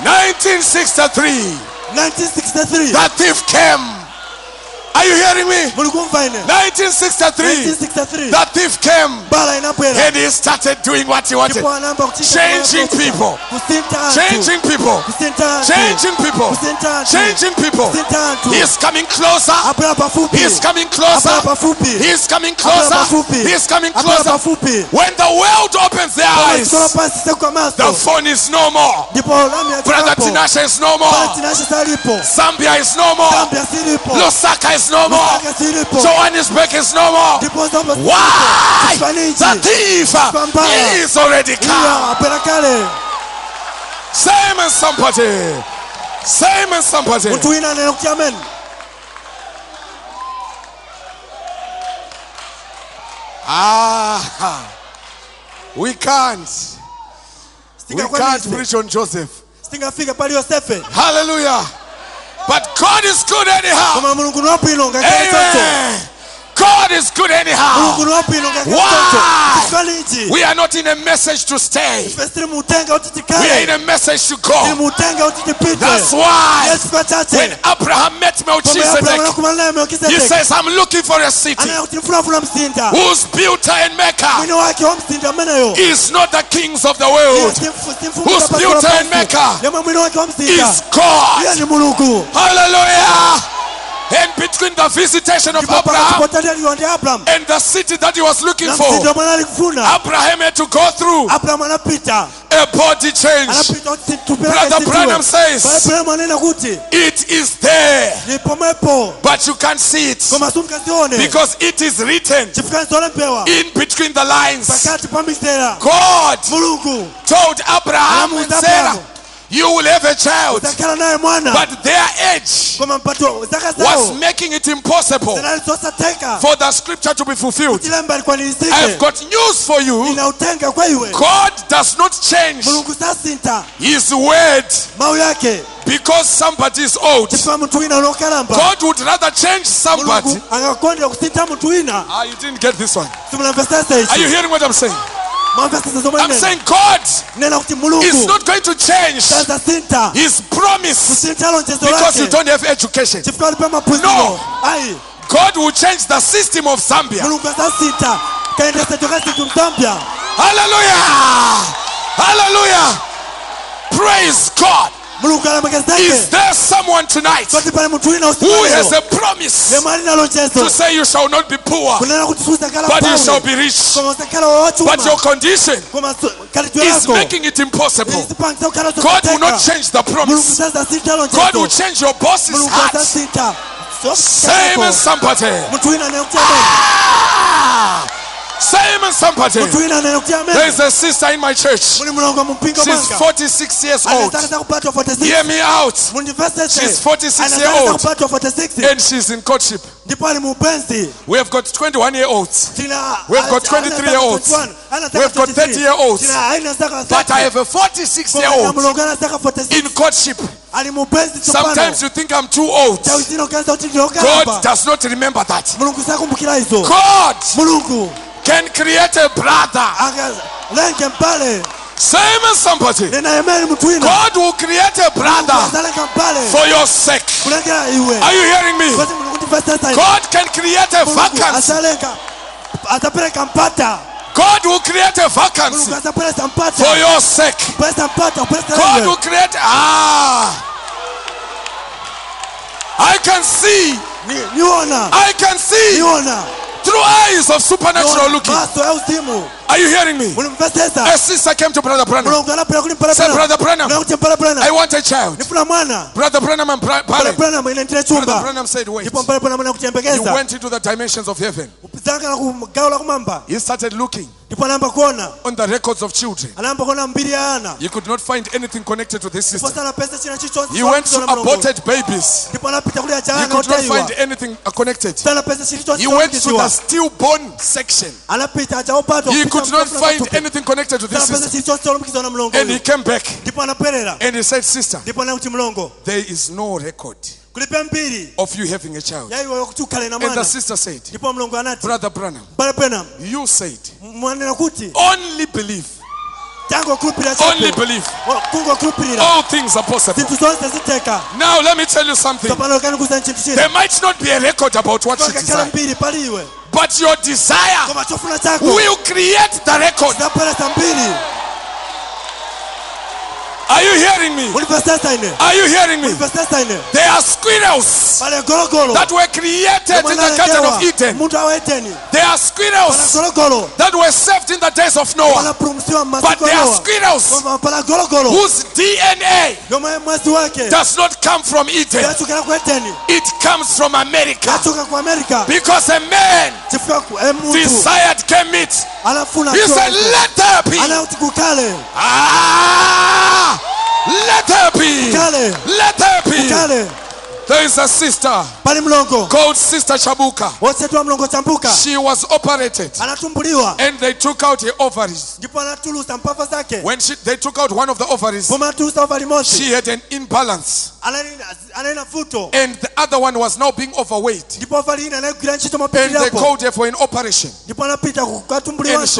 [SPEAKER 1] 1963.
[SPEAKER 2] 1963.
[SPEAKER 1] The thief came. Are you hearing me?
[SPEAKER 2] Mulikumva ine.
[SPEAKER 1] 1963.
[SPEAKER 2] 1963.
[SPEAKER 1] The thief came
[SPEAKER 2] Bala inapwela.
[SPEAKER 1] and he started doing what he wanted.
[SPEAKER 2] Ndipo anaanza kuchinja
[SPEAKER 1] Changing
[SPEAKER 2] mambo ya kuchinja.
[SPEAKER 1] people.
[SPEAKER 2] Kusinta watu.
[SPEAKER 1] Changing people.
[SPEAKER 2] Kusinta watu.
[SPEAKER 1] Changing people.
[SPEAKER 2] Kusinta watu.
[SPEAKER 1] Changing people.
[SPEAKER 2] Kusinta watu.
[SPEAKER 1] He is coming closer.
[SPEAKER 2] Hapo hapa fupi.
[SPEAKER 1] He is coming
[SPEAKER 2] Hapa
[SPEAKER 1] closer.
[SPEAKER 2] hapa fupi.
[SPEAKER 1] He is coming
[SPEAKER 2] Hapo hapa
[SPEAKER 1] closer.
[SPEAKER 2] fupi.
[SPEAKER 1] He is coming
[SPEAKER 2] Hapo hapa
[SPEAKER 1] closer.
[SPEAKER 2] fupi.
[SPEAKER 1] When the world opens their
[SPEAKER 2] Kama
[SPEAKER 1] eyes,
[SPEAKER 2] sikolo
[SPEAKER 1] the
[SPEAKER 2] pasi siku kwa maso.
[SPEAKER 1] phone is no more.
[SPEAKER 2] Ndipo lami ya
[SPEAKER 1] Brother
[SPEAKER 2] hapo.
[SPEAKER 1] Tinashe is no
[SPEAKER 2] Bala
[SPEAKER 1] more.
[SPEAKER 2] Tinashe salipo.
[SPEAKER 1] Zambia is no more.
[SPEAKER 2] Zambia silipo.
[SPEAKER 1] Lusaka Oh. is no
[SPEAKER 2] Lusaka
[SPEAKER 1] more.
[SPEAKER 2] silipo.
[SPEAKER 1] Johannesburg is no more.
[SPEAKER 2] Ndipo Zambia silipo.
[SPEAKER 1] Why?
[SPEAKER 2] Sifaniji.
[SPEAKER 1] The thief uh, is already come.
[SPEAKER 2] Iya, apela kale.
[SPEAKER 1] Same as somebody. Same as somebody.
[SPEAKER 2] Mtu wina anena kuti amen.
[SPEAKER 1] Ah, we can't. We can't
[SPEAKER 2] Singakwanise.
[SPEAKER 1] preach on Joseph.
[SPEAKER 2] Singafika pali Yosefe.
[SPEAKER 1] Hallelujah. But God is good anyhow.
[SPEAKER 2] Koma Mulungu ni wapwino ngakale toto.
[SPEAKER 1] Amen. God is good anyhow.
[SPEAKER 2] Mulungu ni wapwino ngakale
[SPEAKER 1] Why?
[SPEAKER 2] toto. Sifaniji.
[SPEAKER 1] We are not in a message to stay.
[SPEAKER 2] Fesiri mutenga uti
[SPEAKER 1] We are in
[SPEAKER 2] tikale.
[SPEAKER 1] a message to
[SPEAKER 2] Ni
[SPEAKER 1] go.
[SPEAKER 2] mutenga uti tipite.
[SPEAKER 1] That's why
[SPEAKER 2] Yesu kwa
[SPEAKER 1] when
[SPEAKER 2] chache.
[SPEAKER 1] Abraham met
[SPEAKER 2] Pombe Abrahamu
[SPEAKER 1] Melchizedek,
[SPEAKER 2] anakumalana na
[SPEAKER 1] he
[SPEAKER 2] Melchizedek.
[SPEAKER 1] says, I'm looking for a city
[SPEAKER 2] Anaye kuti nifunafuna msinda.
[SPEAKER 1] whose builder and maker
[SPEAKER 2] Mwini wake wa msinda meneyo.
[SPEAKER 1] is not the kings of the world, Who's built and maker?
[SPEAKER 2] Yamwe mwini wake wa
[SPEAKER 1] is
[SPEAKER 2] msinda. Yeye
[SPEAKER 1] God.
[SPEAKER 2] ni Mulungu.
[SPEAKER 1] Hallelujah. And between the visitation of
[SPEAKER 2] Ndipo
[SPEAKER 1] Abraham
[SPEAKER 2] pakatipotani aliyoendea Abraham.
[SPEAKER 1] and the city that he was looking
[SPEAKER 2] Na
[SPEAKER 1] for,
[SPEAKER 2] msinda mwana alikufuna.
[SPEAKER 1] Abraham had to go through
[SPEAKER 2] Abraham anapita.
[SPEAKER 1] a body change.
[SPEAKER 2] Anapita kuti
[SPEAKER 1] Brother
[SPEAKER 2] tupeleke
[SPEAKER 1] Branham
[SPEAKER 2] sitiwe. Pale
[SPEAKER 1] says,
[SPEAKER 2] Branham anena kuti
[SPEAKER 1] It is there,
[SPEAKER 2] nipomwepo
[SPEAKER 1] but you can't see it
[SPEAKER 2] koma sumkazione
[SPEAKER 1] because it is written
[SPEAKER 2] chifukani zolembewa
[SPEAKER 1] in between the lines.
[SPEAKER 2] pakati pa mizera
[SPEAKER 1] God
[SPEAKER 2] mulungu
[SPEAKER 1] told Abraham and Sarah, You will have a child,
[SPEAKER 2] takhala naye mwana
[SPEAKER 1] but their age
[SPEAKER 2] koma mpatiwa zaka
[SPEAKER 1] was
[SPEAKER 2] zawo
[SPEAKER 1] making it impossible
[SPEAKER 2] zinali zosateka
[SPEAKER 1] for the scripture to be fulfilled.
[SPEAKER 2] chilemba
[SPEAKER 1] I've
[SPEAKER 2] likwanilizike
[SPEAKER 1] got news for you
[SPEAKER 2] ina utenga kwa iwe
[SPEAKER 1] God does not change
[SPEAKER 2] mulungu sasinta
[SPEAKER 1] His word
[SPEAKER 2] mau yake
[SPEAKER 1] because somebody is old.
[SPEAKER 2] chifukwa mtu wina unokalamba
[SPEAKER 1] God would rather change somebody
[SPEAKER 2] mulungu angakondera kusinta mtu wina
[SPEAKER 1] Ah, you didn't get this one.
[SPEAKER 2] simulambesesa
[SPEAKER 1] Are you
[SPEAKER 2] ichi
[SPEAKER 1] hearing what I'm saying?
[SPEAKER 2] mwambesesa
[SPEAKER 1] I'm
[SPEAKER 2] zomwenene
[SPEAKER 1] saying God
[SPEAKER 2] nena kuti
[SPEAKER 1] is
[SPEAKER 2] mulungu
[SPEAKER 1] not going to change
[SPEAKER 2] sasasinta
[SPEAKER 1] His promise
[SPEAKER 2] kusinta lonjezo
[SPEAKER 1] because you
[SPEAKER 2] lake
[SPEAKER 1] don't have education.
[SPEAKER 2] chifukwa alipe maphunziro
[SPEAKER 1] No.
[SPEAKER 2] ayi
[SPEAKER 1] God will change the system of Zambia.
[SPEAKER 2] mulungu asasita kaendesa chokasitu mtambya
[SPEAKER 1] Hallelujah! Hallelujah! Praise God!
[SPEAKER 2] mulungu
[SPEAKER 1] Is
[SPEAKER 2] alamekezeke
[SPEAKER 1] there someone tonight
[SPEAKER 2] koti pale muthu wina
[SPEAKER 1] who has
[SPEAKER 2] usikalero
[SPEAKER 1] a promise
[SPEAKER 2] lemwe ali
[SPEAKER 1] to
[SPEAKER 2] nalonjezo
[SPEAKER 1] say you shall not be poor,
[SPEAKER 2] kunena kuti suzakhala
[SPEAKER 1] but you shall
[SPEAKER 2] paule
[SPEAKER 1] be rich?
[SPEAKER 2] koma usakhala wowachuma
[SPEAKER 1] But your condition
[SPEAKER 2] koma su- kalitwe
[SPEAKER 1] is
[SPEAKER 2] yako
[SPEAKER 1] making it impossible.
[SPEAKER 2] isipangisa kukhala
[SPEAKER 1] God will not
[SPEAKER 2] zokateka
[SPEAKER 1] change the
[SPEAKER 2] mulungu
[SPEAKER 1] promise.
[SPEAKER 2] sasasita
[SPEAKER 1] God will
[SPEAKER 2] lonjezo
[SPEAKER 1] change your boss's
[SPEAKER 2] mulungu
[SPEAKER 1] heart.
[SPEAKER 2] asasita
[SPEAKER 1] Same as somebody.
[SPEAKER 2] muthu wina anene kuti amen
[SPEAKER 1] Ah! Same as somebody.
[SPEAKER 2] muthu wina anene kuti
[SPEAKER 1] There
[SPEAKER 2] amen
[SPEAKER 1] is a sister in my church.
[SPEAKER 2] muli mulongo mumpingo
[SPEAKER 1] She's
[SPEAKER 2] mwanga
[SPEAKER 1] 46 years old.
[SPEAKER 2] anezaka zakupatwa 46
[SPEAKER 1] Hear me out. She's 46 year old.
[SPEAKER 2] anezakupatwa 46
[SPEAKER 1] And she's in courtship.
[SPEAKER 2] ndipo ali muupenzi
[SPEAKER 1] We have got 21 year olds,
[SPEAKER 2] Tina-
[SPEAKER 1] We've got
[SPEAKER 2] Ana-
[SPEAKER 1] 23
[SPEAKER 2] Ana-
[SPEAKER 1] year olds.
[SPEAKER 2] Ana- Ana-
[SPEAKER 1] We've got
[SPEAKER 2] 23.
[SPEAKER 1] 30 year olds.
[SPEAKER 2] Tina haina zaka
[SPEAKER 1] but I
[SPEAKER 2] 30.
[SPEAKER 1] have a 46 year
[SPEAKER 2] Kwa maana
[SPEAKER 1] old
[SPEAKER 2] mlongana zaka 46.
[SPEAKER 1] in courtship.
[SPEAKER 2] Alimupenzi tupano.
[SPEAKER 1] Sometimes you think I'm too old.
[SPEAKER 2] Cha uzina ukaanza uti ndinokalamba.
[SPEAKER 1] God does not remember that.
[SPEAKER 2] Mulungu sakumbukira hizo
[SPEAKER 1] God
[SPEAKER 2] mulungu
[SPEAKER 1] can create a brother.
[SPEAKER 2] aka- lenge mpale
[SPEAKER 1] Same as somebody.
[SPEAKER 2] nena emeli mtu wina
[SPEAKER 1] God will create a brother
[SPEAKER 2] azalenga mpale
[SPEAKER 1] for your sake.
[SPEAKER 2] kulengera iwe
[SPEAKER 1] Are you hearing me?
[SPEAKER 2] Kote mulungu tifesesa hizo.
[SPEAKER 1] God can create a
[SPEAKER 2] Mulungu
[SPEAKER 1] vacancy.
[SPEAKER 2] azalenga atapeleka mpata
[SPEAKER 1] God will create a vacancy
[SPEAKER 2] mulungu atapeleka mpata
[SPEAKER 1] for your sake.
[SPEAKER 2] Peleka mpata peleka
[SPEAKER 1] God
[SPEAKER 2] iwe.
[SPEAKER 1] will create. Ah. I can see.
[SPEAKER 2] Ni- niona
[SPEAKER 1] I can see
[SPEAKER 2] niona
[SPEAKER 1] through eyes of supernatural
[SPEAKER 2] Niona.
[SPEAKER 1] looking.
[SPEAKER 2] maso ya uzimu
[SPEAKER 1] Are you hearing me?
[SPEAKER 2] mulimupesesa
[SPEAKER 1] A sister came to Brother Branham.
[SPEAKER 2] mulungu anapera kuli
[SPEAKER 1] Say, Brother
[SPEAKER 2] mpalapalanauti
[SPEAKER 1] Branham, I
[SPEAKER 2] mpalapalanai
[SPEAKER 1] want a child.
[SPEAKER 2] nifuna mwana
[SPEAKER 1] Brother Branham and Bra- Barry.
[SPEAKER 2] mpalapalanam
[SPEAKER 1] Brother
[SPEAKER 2] inandira chumba
[SPEAKER 1] Branham said, wait.
[SPEAKER 2] ndipo mpalapalam
[SPEAKER 1] You
[SPEAKER 2] anakutembekeza
[SPEAKER 1] went into the dimensions of heaven.
[SPEAKER 2] upizanga na kugawo la kumamba
[SPEAKER 1] He started looking
[SPEAKER 2] ndipo anayamba kuona
[SPEAKER 1] on the records of children.
[SPEAKER 2] anayamba kuona mbiri ya ana
[SPEAKER 1] You could not find anything connected to this
[SPEAKER 2] ndipo
[SPEAKER 1] system.
[SPEAKER 2] sanapesa china
[SPEAKER 1] He went
[SPEAKER 2] chichonse
[SPEAKER 1] to aborted babies.
[SPEAKER 2] ndipo anapita kuli
[SPEAKER 1] You
[SPEAKER 2] achana
[SPEAKER 1] could not
[SPEAKER 2] otaiwa
[SPEAKER 1] find anything uh, connected.
[SPEAKER 2] sanapesa chili chonse
[SPEAKER 1] He went to the
[SPEAKER 2] chonakitiwa.
[SPEAKER 1] stillborn section.
[SPEAKER 2] anapita achaopatwa
[SPEAKER 1] He
[SPEAKER 2] kupita
[SPEAKER 1] could not
[SPEAKER 2] mkafuna
[SPEAKER 1] find
[SPEAKER 2] katupu.
[SPEAKER 1] anything connected to this
[SPEAKER 2] sanapesa
[SPEAKER 1] system.
[SPEAKER 2] chili chonse cholumbikizwa na mlongo
[SPEAKER 1] And he
[SPEAKER 2] uyu
[SPEAKER 1] came back
[SPEAKER 2] ndipo anapwerera
[SPEAKER 1] and he said, Sister,
[SPEAKER 2] ndipo anakuti mlongo
[SPEAKER 1] there is no record
[SPEAKER 2] kulipe mbiri
[SPEAKER 1] of you having a child.
[SPEAKER 2] ya iwe kuti ukhale na
[SPEAKER 1] And the
[SPEAKER 2] mwana
[SPEAKER 1] sister said,
[SPEAKER 2] ndipo mlongo anati
[SPEAKER 1] Brother Branham,
[SPEAKER 2] balapena
[SPEAKER 1] you said,
[SPEAKER 2] mwanena kuti
[SPEAKER 1] only believe,
[SPEAKER 2] tangokhulupirira
[SPEAKER 1] only believe.
[SPEAKER 2] kungokhulupirira
[SPEAKER 1] All things are possible.
[SPEAKER 2] zinthu zonse ziteka
[SPEAKER 1] Now let me tell you something.
[SPEAKER 2] tsopano kanikuza chinthu china
[SPEAKER 1] There might not be a record about what you
[SPEAKER 2] pakakhala
[SPEAKER 1] desire,
[SPEAKER 2] mbiri pali iwe
[SPEAKER 1] but your desire
[SPEAKER 2] koma chofuna chako
[SPEAKER 1] will create the record.
[SPEAKER 2] zinaperesa mbiri
[SPEAKER 1] Are you hearing me?
[SPEAKER 2] mulipesesa ine
[SPEAKER 1] Are you hearing me?
[SPEAKER 2] mulipesesa ine
[SPEAKER 1] There are squirrels
[SPEAKER 2] pale gologolo
[SPEAKER 1] that were created in the Garden of Eden.
[SPEAKER 2] muntu awa eteni
[SPEAKER 1] There are
[SPEAKER 2] pala
[SPEAKER 1] squirrels
[SPEAKER 2] gologolo
[SPEAKER 1] that were saved in the days of Noah.
[SPEAKER 2] palapulumusiwa
[SPEAKER 1] Oh. But
[SPEAKER 2] mmasiko
[SPEAKER 1] there are
[SPEAKER 2] yowa
[SPEAKER 1] squirrels
[SPEAKER 2] koma pala gologolo
[SPEAKER 1] whose DNA
[SPEAKER 2] yomwe mwezi wake
[SPEAKER 1] does not come from Eden,
[SPEAKER 2] yachokera ku eteni
[SPEAKER 1] it comes from America.
[SPEAKER 2] yachoka ku amerika
[SPEAKER 1] Because a man
[SPEAKER 2] chifukwa ku- eh, munthu
[SPEAKER 1] desired came it.
[SPEAKER 2] anafuna
[SPEAKER 1] He said,
[SPEAKER 2] chionse.
[SPEAKER 1] Let there be.
[SPEAKER 2] anauti kukhale
[SPEAKER 1] Ah! Let there be.
[SPEAKER 2] Kale.
[SPEAKER 1] Let there be.
[SPEAKER 2] kukhale
[SPEAKER 1] There is a sister
[SPEAKER 2] pali mlongo
[SPEAKER 1] called Sister Chabuka.
[SPEAKER 2] wosetwa mlongo chambuka
[SPEAKER 1] She was operated
[SPEAKER 2] anatumbuliwa
[SPEAKER 1] and they took out her ovaries.
[SPEAKER 2] ndipo anatulusa mpapa zake
[SPEAKER 1] When she, they took out one of the ovaries,
[SPEAKER 2] pomwe anatulusa ova limodzi
[SPEAKER 1] she had an imbalance
[SPEAKER 2] anayena vuto
[SPEAKER 1] and the other one was now being overweight.
[SPEAKER 2] ndipo ova lina anayigwira ntchito
[SPEAKER 1] And they
[SPEAKER 2] mopitirapo
[SPEAKER 1] called her for an operation.
[SPEAKER 2] ndipo anapita
[SPEAKER 1] And she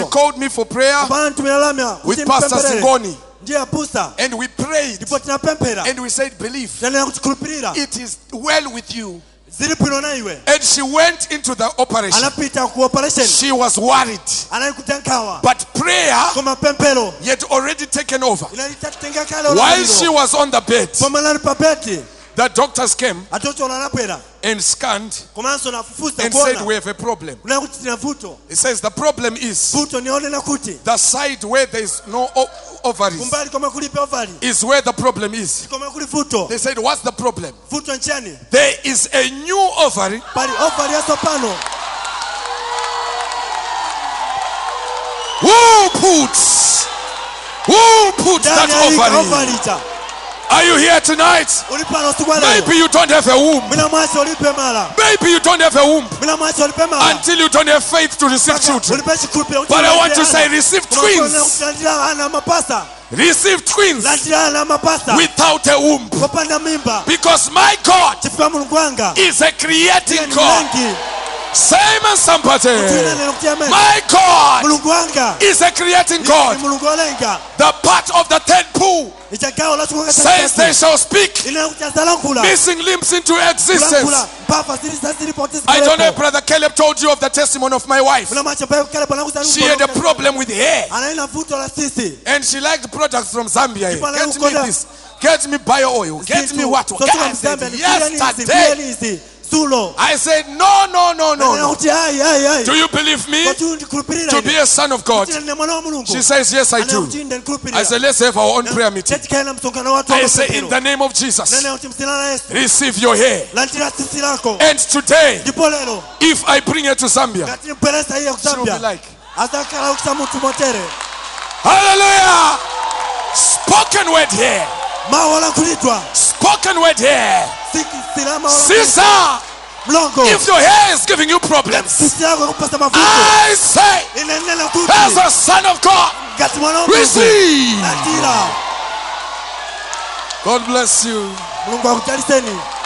[SPEAKER 2] kukatumbuliwanso
[SPEAKER 1] called me for prayer
[SPEAKER 2] ndipo anatumira lamya
[SPEAKER 1] with Pastor Zingoni.
[SPEAKER 2] ndiye apusa
[SPEAKER 1] And we prayed
[SPEAKER 2] ndipo tinapemphera
[SPEAKER 1] and we said, Believe,
[SPEAKER 2] tanena kutikhulupirira
[SPEAKER 1] it is well with you.
[SPEAKER 2] zili bwino na iwe
[SPEAKER 1] And she went into the operation.
[SPEAKER 2] anapita ku operation
[SPEAKER 1] She was worried,
[SPEAKER 2] anayikuta nkhawa
[SPEAKER 1] but prayer
[SPEAKER 2] koma pemphero
[SPEAKER 1] had already taken over.
[SPEAKER 2] inalitatenga kale
[SPEAKER 1] While
[SPEAKER 2] olamuliro.
[SPEAKER 1] she was on the bed,
[SPEAKER 2] pomwe anali pa bedi
[SPEAKER 1] the doctors came
[SPEAKER 2] atochola anabwera
[SPEAKER 1] and scanned
[SPEAKER 2] komanso nafufuza
[SPEAKER 1] and said,
[SPEAKER 2] kuona
[SPEAKER 1] We have a problem.
[SPEAKER 2] kunena kuti tina vuto
[SPEAKER 1] It says, The problem is
[SPEAKER 2] vuto nionena kuti
[SPEAKER 1] the side where there is no o- ovaries
[SPEAKER 2] kumbali komwe kulibe ovali
[SPEAKER 1] is where the problem is.
[SPEAKER 2] komwe kuli vuto
[SPEAKER 1] They said, What's the problem?
[SPEAKER 2] vuto ncheni
[SPEAKER 1] There is a new ovary
[SPEAKER 2] pali ovali yatsopano
[SPEAKER 1] Who puts? Who puts that
[SPEAKER 2] ndani
[SPEAKER 1] over
[SPEAKER 2] yayika
[SPEAKER 1] you?
[SPEAKER 2] ovalita
[SPEAKER 1] Are you here tonight?
[SPEAKER 2] uli pano usiku wa leo
[SPEAKER 1] Maybe you don't have a womb.
[SPEAKER 2] mwina mwacho ulipe mala
[SPEAKER 1] Maybe you don't have a womb
[SPEAKER 2] mwina mwacho ulipe mala
[SPEAKER 1] until you don't have faith to receive children.
[SPEAKER 2] ulipe chikhulupira kuti
[SPEAKER 1] But I want to
[SPEAKER 2] ulandire
[SPEAKER 1] say,
[SPEAKER 2] ana.
[SPEAKER 1] receive
[SPEAKER 2] Kuna watu
[SPEAKER 1] twins.
[SPEAKER 2] wana- landira ana mapasa
[SPEAKER 1] Receive twins
[SPEAKER 2] landira ana mapasa
[SPEAKER 1] without a womb.
[SPEAKER 2] kopanda mimba
[SPEAKER 1] Because my God
[SPEAKER 2] chifukwa mulungu wanga
[SPEAKER 1] is a
[SPEAKER 2] Iye
[SPEAKER 1] creating
[SPEAKER 2] ni
[SPEAKER 1] God.
[SPEAKER 2] mlengi.
[SPEAKER 1] Simon
[SPEAKER 2] Tuna
[SPEAKER 1] somebody.
[SPEAKER 2] neno kuti amen.
[SPEAKER 1] My God
[SPEAKER 2] mulungu wanga
[SPEAKER 1] is a creating
[SPEAKER 2] Iye ni
[SPEAKER 1] God.
[SPEAKER 2] mulungu olenga
[SPEAKER 1] The part of the third pool
[SPEAKER 2] ichagawo lachikonga
[SPEAKER 1] says they shall speak
[SPEAKER 2] inena kuti azalankhula
[SPEAKER 1] missing limbs into existence.
[SPEAKER 2] kulankhula mphamvu zili zazilipo kuti
[SPEAKER 1] I don't know if
[SPEAKER 2] zikhalepo.
[SPEAKER 1] Brother Caleb told you of the testimony of my wife.
[SPEAKER 2] Kuna macho ambayo kukhalepo nakuti
[SPEAKER 1] She
[SPEAKER 2] alikuwa
[SPEAKER 1] had a
[SPEAKER 2] loka-
[SPEAKER 1] problem with hair.
[SPEAKER 2] anaena vuto la sisi
[SPEAKER 1] And she liked products from Zambia. here.
[SPEAKER 2] People are
[SPEAKER 1] Get
[SPEAKER 2] who
[SPEAKER 1] me
[SPEAKER 2] call
[SPEAKER 1] this. Get me bio oil. Get me what? God said Yesterday,
[SPEAKER 2] yesterday sulo
[SPEAKER 1] I said, No, no, no,
[SPEAKER 2] Nanena
[SPEAKER 1] no.
[SPEAKER 2] kuti ayi ayi ayi
[SPEAKER 1] Do you believe me
[SPEAKER 2] kuti ndikhulupirira
[SPEAKER 1] to
[SPEAKER 2] ine.
[SPEAKER 1] be a son of God?
[SPEAKER 2] Kuti ndine mwana wa mulungu
[SPEAKER 1] She says, Yes, I
[SPEAKER 2] Nanena
[SPEAKER 1] do.
[SPEAKER 2] kuti inde ndikhulupirira
[SPEAKER 1] I said, Let's have our own prayer meeting.
[SPEAKER 2] Tetikhaye na msonkhano wa watu wa
[SPEAKER 1] I say, In
[SPEAKER 2] mapemphero.
[SPEAKER 1] the name of Jesus,
[SPEAKER 2] Nanena kuti mzina la Yesu
[SPEAKER 1] receive your hair.
[SPEAKER 2] landira sisi lako
[SPEAKER 1] And today,
[SPEAKER 2] ndipo lero
[SPEAKER 1] if I bring her to Zambia,
[SPEAKER 2] ngati nibweresa iye
[SPEAKER 1] she will be
[SPEAKER 2] kuzambya
[SPEAKER 1] like,
[SPEAKER 2] azakhala ukusa munthu motere
[SPEAKER 1] Hallelujah! Spoken word here.
[SPEAKER 2] mawu olankhulidwa
[SPEAKER 1] Spoken word here.
[SPEAKER 2] sikisirama
[SPEAKER 1] Sister,
[SPEAKER 2] mlongo
[SPEAKER 1] if your hair is giving you problems,
[SPEAKER 2] sisi lako kupasa mavuto
[SPEAKER 1] I say,
[SPEAKER 2] inenena
[SPEAKER 1] as
[SPEAKER 2] kuti
[SPEAKER 1] a son of God,
[SPEAKER 2] ngati mwana wa Mulungu
[SPEAKER 1] receive.
[SPEAKER 2] natira
[SPEAKER 1] God bless you.
[SPEAKER 2] mulungu akutaliseni